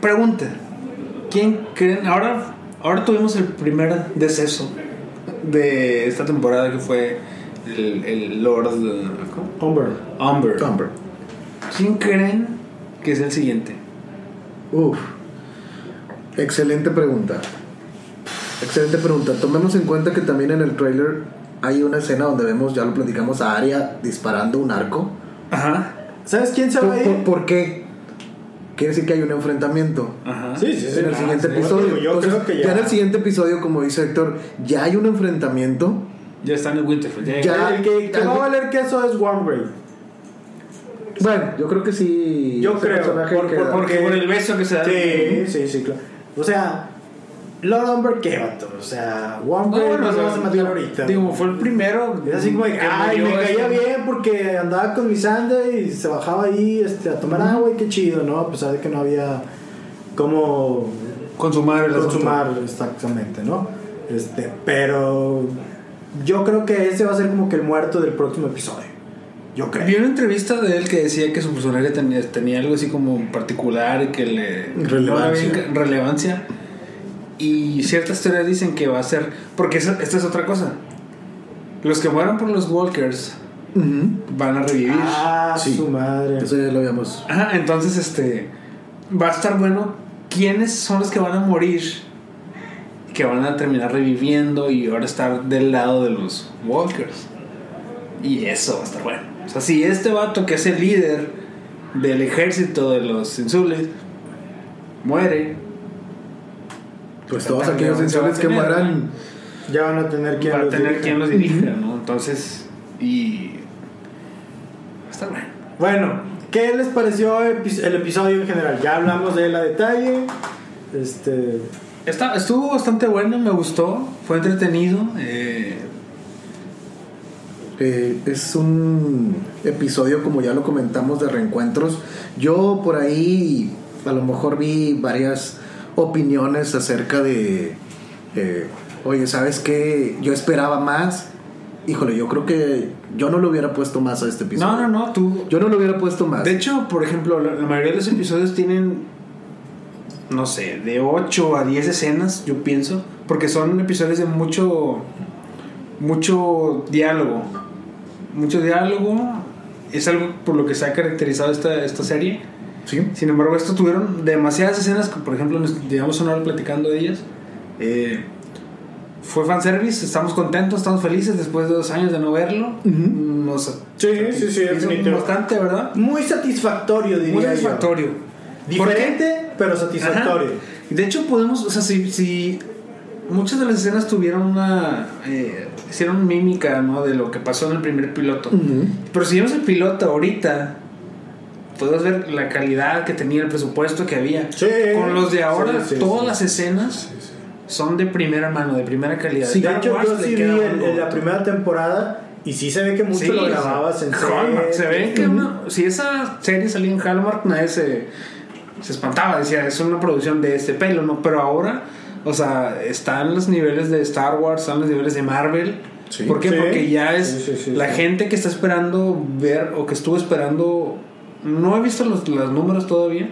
Speaker 4: Pregunta: ¿Quién creen? Ahora, ahora tuvimos el primer deceso de esta temporada que fue el, el Lord. ¿cómo?
Speaker 2: Hombre,
Speaker 4: Umber.
Speaker 3: Amber.
Speaker 4: ¿Quién creen que es el siguiente?
Speaker 3: Uf, excelente pregunta. Excelente pregunta. Tomemos en cuenta que también en el trailer hay una escena donde vemos, ya lo platicamos, a Arya disparando un arco.
Speaker 4: Ajá,
Speaker 2: ¿sabes quién se va a
Speaker 3: ¿Por, por-
Speaker 2: ir?
Speaker 3: por qué? Quiere decir que hay un enfrentamiento.
Speaker 4: ajá.
Speaker 2: Sí, sí, sí.
Speaker 3: en el
Speaker 2: Ah,
Speaker 3: siguiente
Speaker 2: sí.
Speaker 3: episodio.
Speaker 2: Yo
Speaker 3: Entonces,
Speaker 2: creo que
Speaker 3: ya.
Speaker 2: ya.
Speaker 3: en el siguiente episodio, como dice Héctor, ya hay un enfrentamiento.
Speaker 4: Ya está en el Winterfell. Ya,
Speaker 3: Ya.
Speaker 2: El que, que va a valer queso es Warmgrave.
Speaker 3: Bueno, yo creo que sí.
Speaker 2: Yo
Speaker 3: ese
Speaker 2: creo,
Speaker 3: personaje
Speaker 2: por-
Speaker 3: queda-
Speaker 2: por-
Speaker 4: Porque por el beso que se da.
Speaker 2: Sí, sí, sí, claro. O sea, Lord Umber, ¿qué vato? O sea,
Speaker 4: No,
Speaker 2: Warmgrave no,
Speaker 4: bueno, o
Speaker 2: lo
Speaker 4: sea,
Speaker 2: vas a matar
Speaker 4: digo,
Speaker 2: ahorita.
Speaker 4: Digo, fue el primero.
Speaker 2: es así como, de que,
Speaker 4: que
Speaker 2: ay, me
Speaker 4: murió,
Speaker 2: caía
Speaker 4: este,
Speaker 2: bien porque andaba con mi sanda y se bajaba ahí este, a tomar agua y qué chido, ¿no? A pesar de que no había como
Speaker 4: Consumar el asunto.
Speaker 2: consumar exactamente, ¿no? Este, pero yo creo que ese va a ser como que el muerto del próximo episodio. Yo creo.
Speaker 4: Vi una entrevista de él que decía que su personaje tenía, tenía algo así como particular y que le.
Speaker 3: Relevancia.
Speaker 4: no había relevancia. Y ciertas teorías dicen que va a ser. Porque esa- esta es otra cosa. Los que mueran por los Walkers
Speaker 3: Ujú.
Speaker 4: van a revivir.
Speaker 2: Ah,
Speaker 3: Sí.
Speaker 2: su madre.
Speaker 3: Eso ya lo habíamos.
Speaker 4: Ah, entonces este va a estar bueno quiénes son los que van a morir que van a terminar reviviendo y ahora estar del lado de los walkers. Y eso va a estar bueno. O sea, si este vato que es el líder del ejército de los insules muere,
Speaker 3: Pues
Speaker 4: Pero
Speaker 3: todos
Speaker 4: también
Speaker 3: aquellos sensores
Speaker 4: se
Speaker 3: que
Speaker 4: va a tener,
Speaker 3: mueran.
Speaker 2: Ya van a tener quien
Speaker 4: va a
Speaker 2: los
Speaker 4: tener
Speaker 2: dirija.
Speaker 4: quien los dirija, ¿no? Entonces, y va a estar bueno.
Speaker 2: Bueno, ¿qué les pareció epi- el episodio en general? Ya hablamos de él a detalle. Este.
Speaker 4: Está- estuvo bastante bueno, me gustó, fue entretenido. eh,
Speaker 3: Eh, es un episodio, como ya lo comentamos, de reencuentros. Yo por ahí a lo mejor vi varias opiniones acerca de, eh, oye, ¿sabes qué? Yo esperaba más. Híjole, yo creo que yo no le hubiera puesto más a este episodio.
Speaker 4: no, no, no, tú.
Speaker 3: Yo no le hubiera puesto más.
Speaker 4: De hecho, por ejemplo, la, la mayoría de los episodios tienen, no sé, de 8 a 10 escenas, yo pienso, porque son episodios de mucho, mucho diálogo. Mucho diálogo es algo por lo que se ha caracterizado esta, esta serie.
Speaker 3: sí.
Speaker 4: Sin embargo, estos tuvieron demasiadas escenas que, por ejemplo, nos llevamos una hora platicando de ellas. Eh, fue fanservice, estamos contentos, estamos felices después de dos años de no verlo.
Speaker 3: Ujú.
Speaker 4: Nos
Speaker 2: Sí, sí, sí,
Speaker 4: hizo
Speaker 2: definitivo.
Speaker 4: bastante, ¿verdad?
Speaker 2: Muy satisfactorio, diría
Speaker 4: Muy
Speaker 2: yo.
Speaker 4: satisfactorio. ¿Por qué?
Speaker 2: Diferente, pero satisfactorio.
Speaker 4: Ajá. De hecho, podemos, o sea, si, si muchas de las escenas tuvieron una. eh, hicieron mímica, ¿no? De lo que pasó en el primer piloto.
Speaker 3: Ujú.
Speaker 4: Pero si vemos el piloto ahorita, podemos ver la calidad que tenía, el presupuesto que había.
Speaker 2: Sí.
Speaker 4: Con los de ahora,
Speaker 2: Sí, sí,
Speaker 4: todas
Speaker 2: sí.
Speaker 4: las escenas son de primera mano, de primera calidad.
Speaker 2: Sí, de
Speaker 4: Dark
Speaker 2: hecho, yo
Speaker 4: Wars le
Speaker 2: sí vi
Speaker 4: queda
Speaker 2: el-
Speaker 4: algo
Speaker 2: en la
Speaker 4: otro.
Speaker 2: primera temporada y sí se ve que mucho
Speaker 4: Sí,
Speaker 2: lo grababas en
Speaker 4: Hallmark.
Speaker 2: set.
Speaker 4: Se ve que una- si esa serie salía en Hallmark, nadie se, se espantaba. Decía, es una producción de este pelo, ¿no? Pero ahora, o sea, están los niveles de Star Wars, están los niveles de Marvel.
Speaker 3: Sí.
Speaker 4: ¿Por qué?
Speaker 2: Sí.
Speaker 4: Porque ya es
Speaker 2: Sí, sí, sí,
Speaker 4: la
Speaker 2: sí.
Speaker 4: gente que está esperando ver o que estuvo esperando. No he visto los, los números todavía,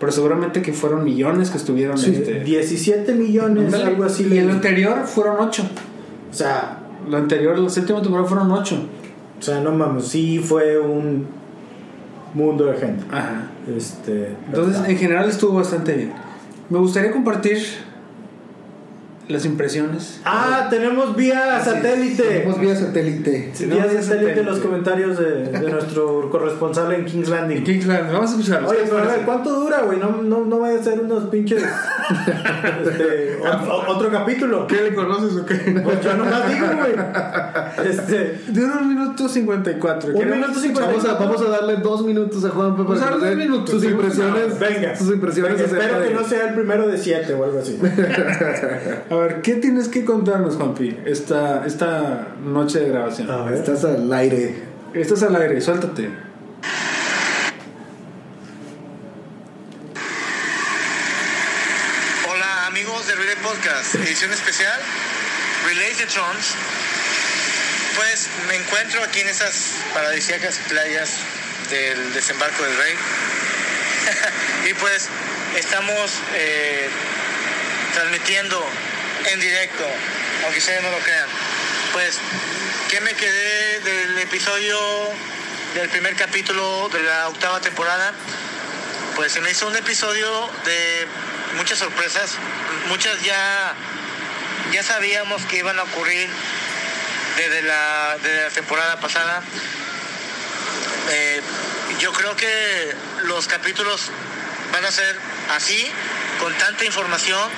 Speaker 4: pero seguramente que fueron millones que estuvieron.
Speaker 2: Sí,
Speaker 4: este,
Speaker 2: 17 millones,
Speaker 4: ándale.
Speaker 2: algo así.
Speaker 4: Y
Speaker 2: le-
Speaker 4: el anterior fueron 8.
Speaker 2: O sea,
Speaker 4: Lo anterior, la séptima temporada fueron 8.
Speaker 2: o sea, no mames, sí fue un mundo de gente.
Speaker 4: Ajá.
Speaker 2: Este,
Speaker 4: Entonces,
Speaker 2: ¿verdad?
Speaker 4: en general estuvo bastante bien. Me gustaría compartir las impresiones.
Speaker 2: ah, tenemos vía
Speaker 4: Así es.
Speaker 2: satélite.
Speaker 3: Tenemos vía satélite.
Speaker 4: Sí,
Speaker 2: Vía
Speaker 4: no, vía
Speaker 2: satélite en los
Speaker 4: satélite.
Speaker 2: comentarios de, de nuestro corresponsal en Kings Landing.
Speaker 4: Aquí, claro, vamos a escucharlos.
Speaker 2: Oye,
Speaker 4: ¿Qué
Speaker 2: pero a
Speaker 4: les
Speaker 2: ver,
Speaker 4: parece?
Speaker 2: ¿cuánto dura, güey? No, no, no vaya a ser unos pinches. este, o- o- otro capítulo.
Speaker 4: ¿Qué le conoces o qué?
Speaker 2: Pues yo nomás digo, güey. Este,
Speaker 4: Dura un minuto 54.
Speaker 2: Un minuto cincuenta.
Speaker 3: Vamos a, vamos a darle dos minutos a Juan para
Speaker 4: Vamos a
Speaker 3: que nos
Speaker 4: darle
Speaker 3: dé
Speaker 4: dos minutos,
Speaker 3: sus
Speaker 4: sí,
Speaker 3: impresiones.
Speaker 2: venga.
Speaker 3: Sus impresiones.
Speaker 2: Venga,
Speaker 3: acerca
Speaker 2: espero
Speaker 3: de-
Speaker 2: que no sea el primero de siete o algo así.
Speaker 4: A ver, ¿qué tienes que contarnos, Juanpi? Esta, esta noche de grabación.
Speaker 5: Ah.
Speaker 2: A ver.
Speaker 3: Estás al aire.
Speaker 4: Estás al aire, suéltate.
Speaker 6: Hola amigos de Relay Podcast, edición especial, Relay de Trons. Pues me encuentro aquí en esas paradisíacas playas del desembarco del Rey. y pues estamos eh, transmitiendo en directo, aunque ustedes no lo crean. Pues, ¿qué me quedé del episodio del primer capítulo de la octava temporada? Pues se me hizo un episodio de muchas sorpresas, muchas ya, ya sabíamos que iban a ocurrir desde la, desde la temporada pasada. Eh, yo creo que los capítulos van a ser así, con tanta información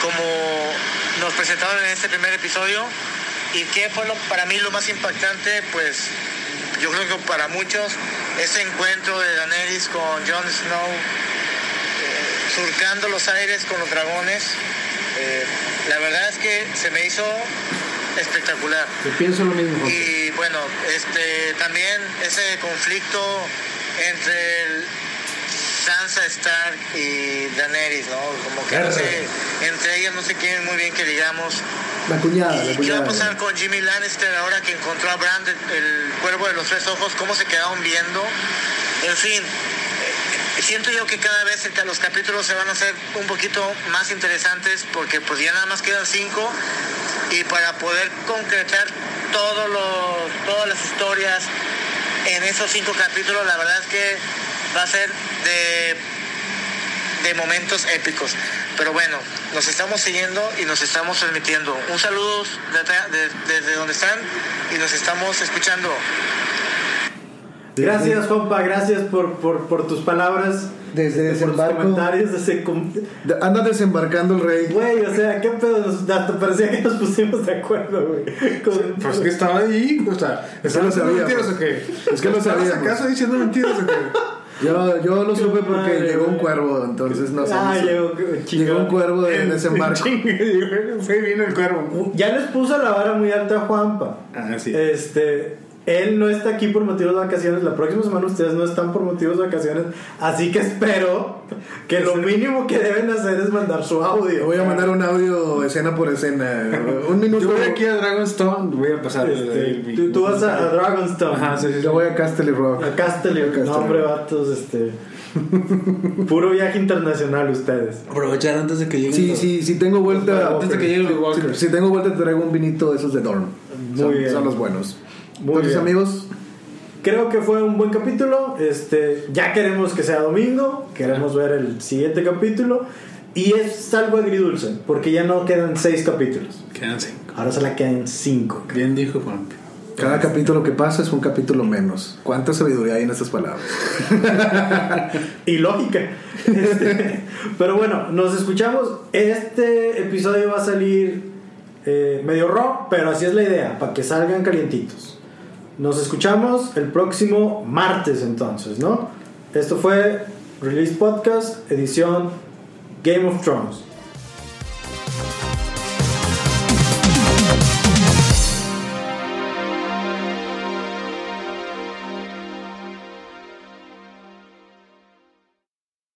Speaker 6: como nos presentaron en este primer episodio. ¿Y qué fue lo, para mí lo más impactante? Pues yo creo que para muchos ese encuentro de Daenerys con Jon Snow eh, surcando los aires con los dragones, eh, la verdad es que se me hizo espectacular.
Speaker 4: Yo pienso lo mismo, Juanpi.
Speaker 6: Y bueno, este también ese conflicto entre el Sansa Stark y Daenerys, ¿no? Como que no sé, entre ellas no se quieren muy bien que digamos.
Speaker 3: La cuñada, la
Speaker 6: ¿Y qué va
Speaker 3: cuñada.
Speaker 6: a pasar con Jimmy Lannister ahora que encontró a Brand, el cuervo de los tres ojos? ¿Cómo se quedaron viendo? En fin, eh, siento yo que cada vez que los capítulos se van a hacer un poquito más interesantes porque pues ya nada más quedan cinco y para poder concretar todo lo- todas las historias en esos cinco capítulos. La verdad es que va a ser de, de momentos épicos. Pero bueno, nos estamos siguiendo y nos estamos transmitiendo. Un saludo de acá- de- desde donde están y nos estamos escuchando.
Speaker 2: Gracias, Juanpa, gracias por, por, por tus palabras. este,
Speaker 3: Desde
Speaker 2: por tus
Speaker 3: desembarco.
Speaker 2: comentarios, desde com-
Speaker 3: De- Anda desembarcando el rey.
Speaker 2: Güey, o sea, qué pedo, nos- hasta parecía que nos pusimos de acuerdo, güey. Con-
Speaker 5: Pues que estaba ahí, o sea,
Speaker 3: Es que
Speaker 5: ¿estaban
Speaker 3: lo
Speaker 5: haciendo
Speaker 3: sabíamos.
Speaker 5: mentiras o qué?
Speaker 3: Es que lo
Speaker 5: ¿Estabas
Speaker 3: sabíamos.
Speaker 5: ¿Acaso diciendo mentiras o qué?
Speaker 3: Yo, yo lo supe porque
Speaker 2: madre,
Speaker 3: llegó un
Speaker 2: güey.
Speaker 3: cuervo, entonces no sé.
Speaker 2: Ah,
Speaker 3: no sé.
Speaker 2: llegó,
Speaker 3: Llegó un cuervo de desembarco.
Speaker 5: Fue vino el cuervo.
Speaker 2: Ya les puso la vara muy alta a Juanpa.
Speaker 5: Ah, sí.
Speaker 4: Eh,
Speaker 2: Este, él no está aquí por motivos de vacaciones. La próxima semana ustedes no están por motivos de vacaciones. Así que espero que lo mínimo que deben hacer es mandar su
Speaker 3: Te
Speaker 2: audio. Ah.
Speaker 3: voy a mandar un audio escena por escena. Un minuto.
Speaker 4: Yo voy aquí a Dragonstone, voy a pasar
Speaker 2: Este,
Speaker 4: desde ahí mi-
Speaker 2: tú, tú vas a, a Dragonstone.
Speaker 4: Ajá, Ah, sí, sí, sí.
Speaker 3: Yo voy a Castle Rock.
Speaker 2: A Castelli.
Speaker 3: A Castelli.
Speaker 2: No, hombre, vatos, este. Puro viaje internacional ustedes.
Speaker 4: Aprovechar antes de que llegue.
Speaker 3: Sí, sí, si tengo vuelta.
Speaker 4: Antes de que lleguen los
Speaker 3: Si,
Speaker 4: Walkers.
Speaker 3: si tengo vuelta, te traigo un vinito de esos de Dorm.
Speaker 2: Muy
Speaker 3: son,
Speaker 2: bien.
Speaker 3: son los buenos.
Speaker 2: Muy
Speaker 3: Entonces,
Speaker 2: bien.
Speaker 3: amigos,
Speaker 2: Creo que fue un buen capítulo. Este, ya queremos que sea domingo. Queremos ver el siguiente capítulo. Y es algo agridulce, porque ya no quedan seis capítulos.
Speaker 4: Quédense.
Speaker 2: Ahora se la quedan cinco.
Speaker 4: Bien dijo Juan.
Speaker 3: cada capítulo que pasa es un capítulo menos. ¿Cuánta sabiduría hay en estas palabras?
Speaker 2: y lógica. Este, pero bueno, nos escuchamos. Este episodio va a salir eh, medio raw, pero así es la idea, para que salgan calientitos. Nos escuchamos el próximo martes entonces, ¿no? Esto fue Release Podcast, edición Game of Thrones.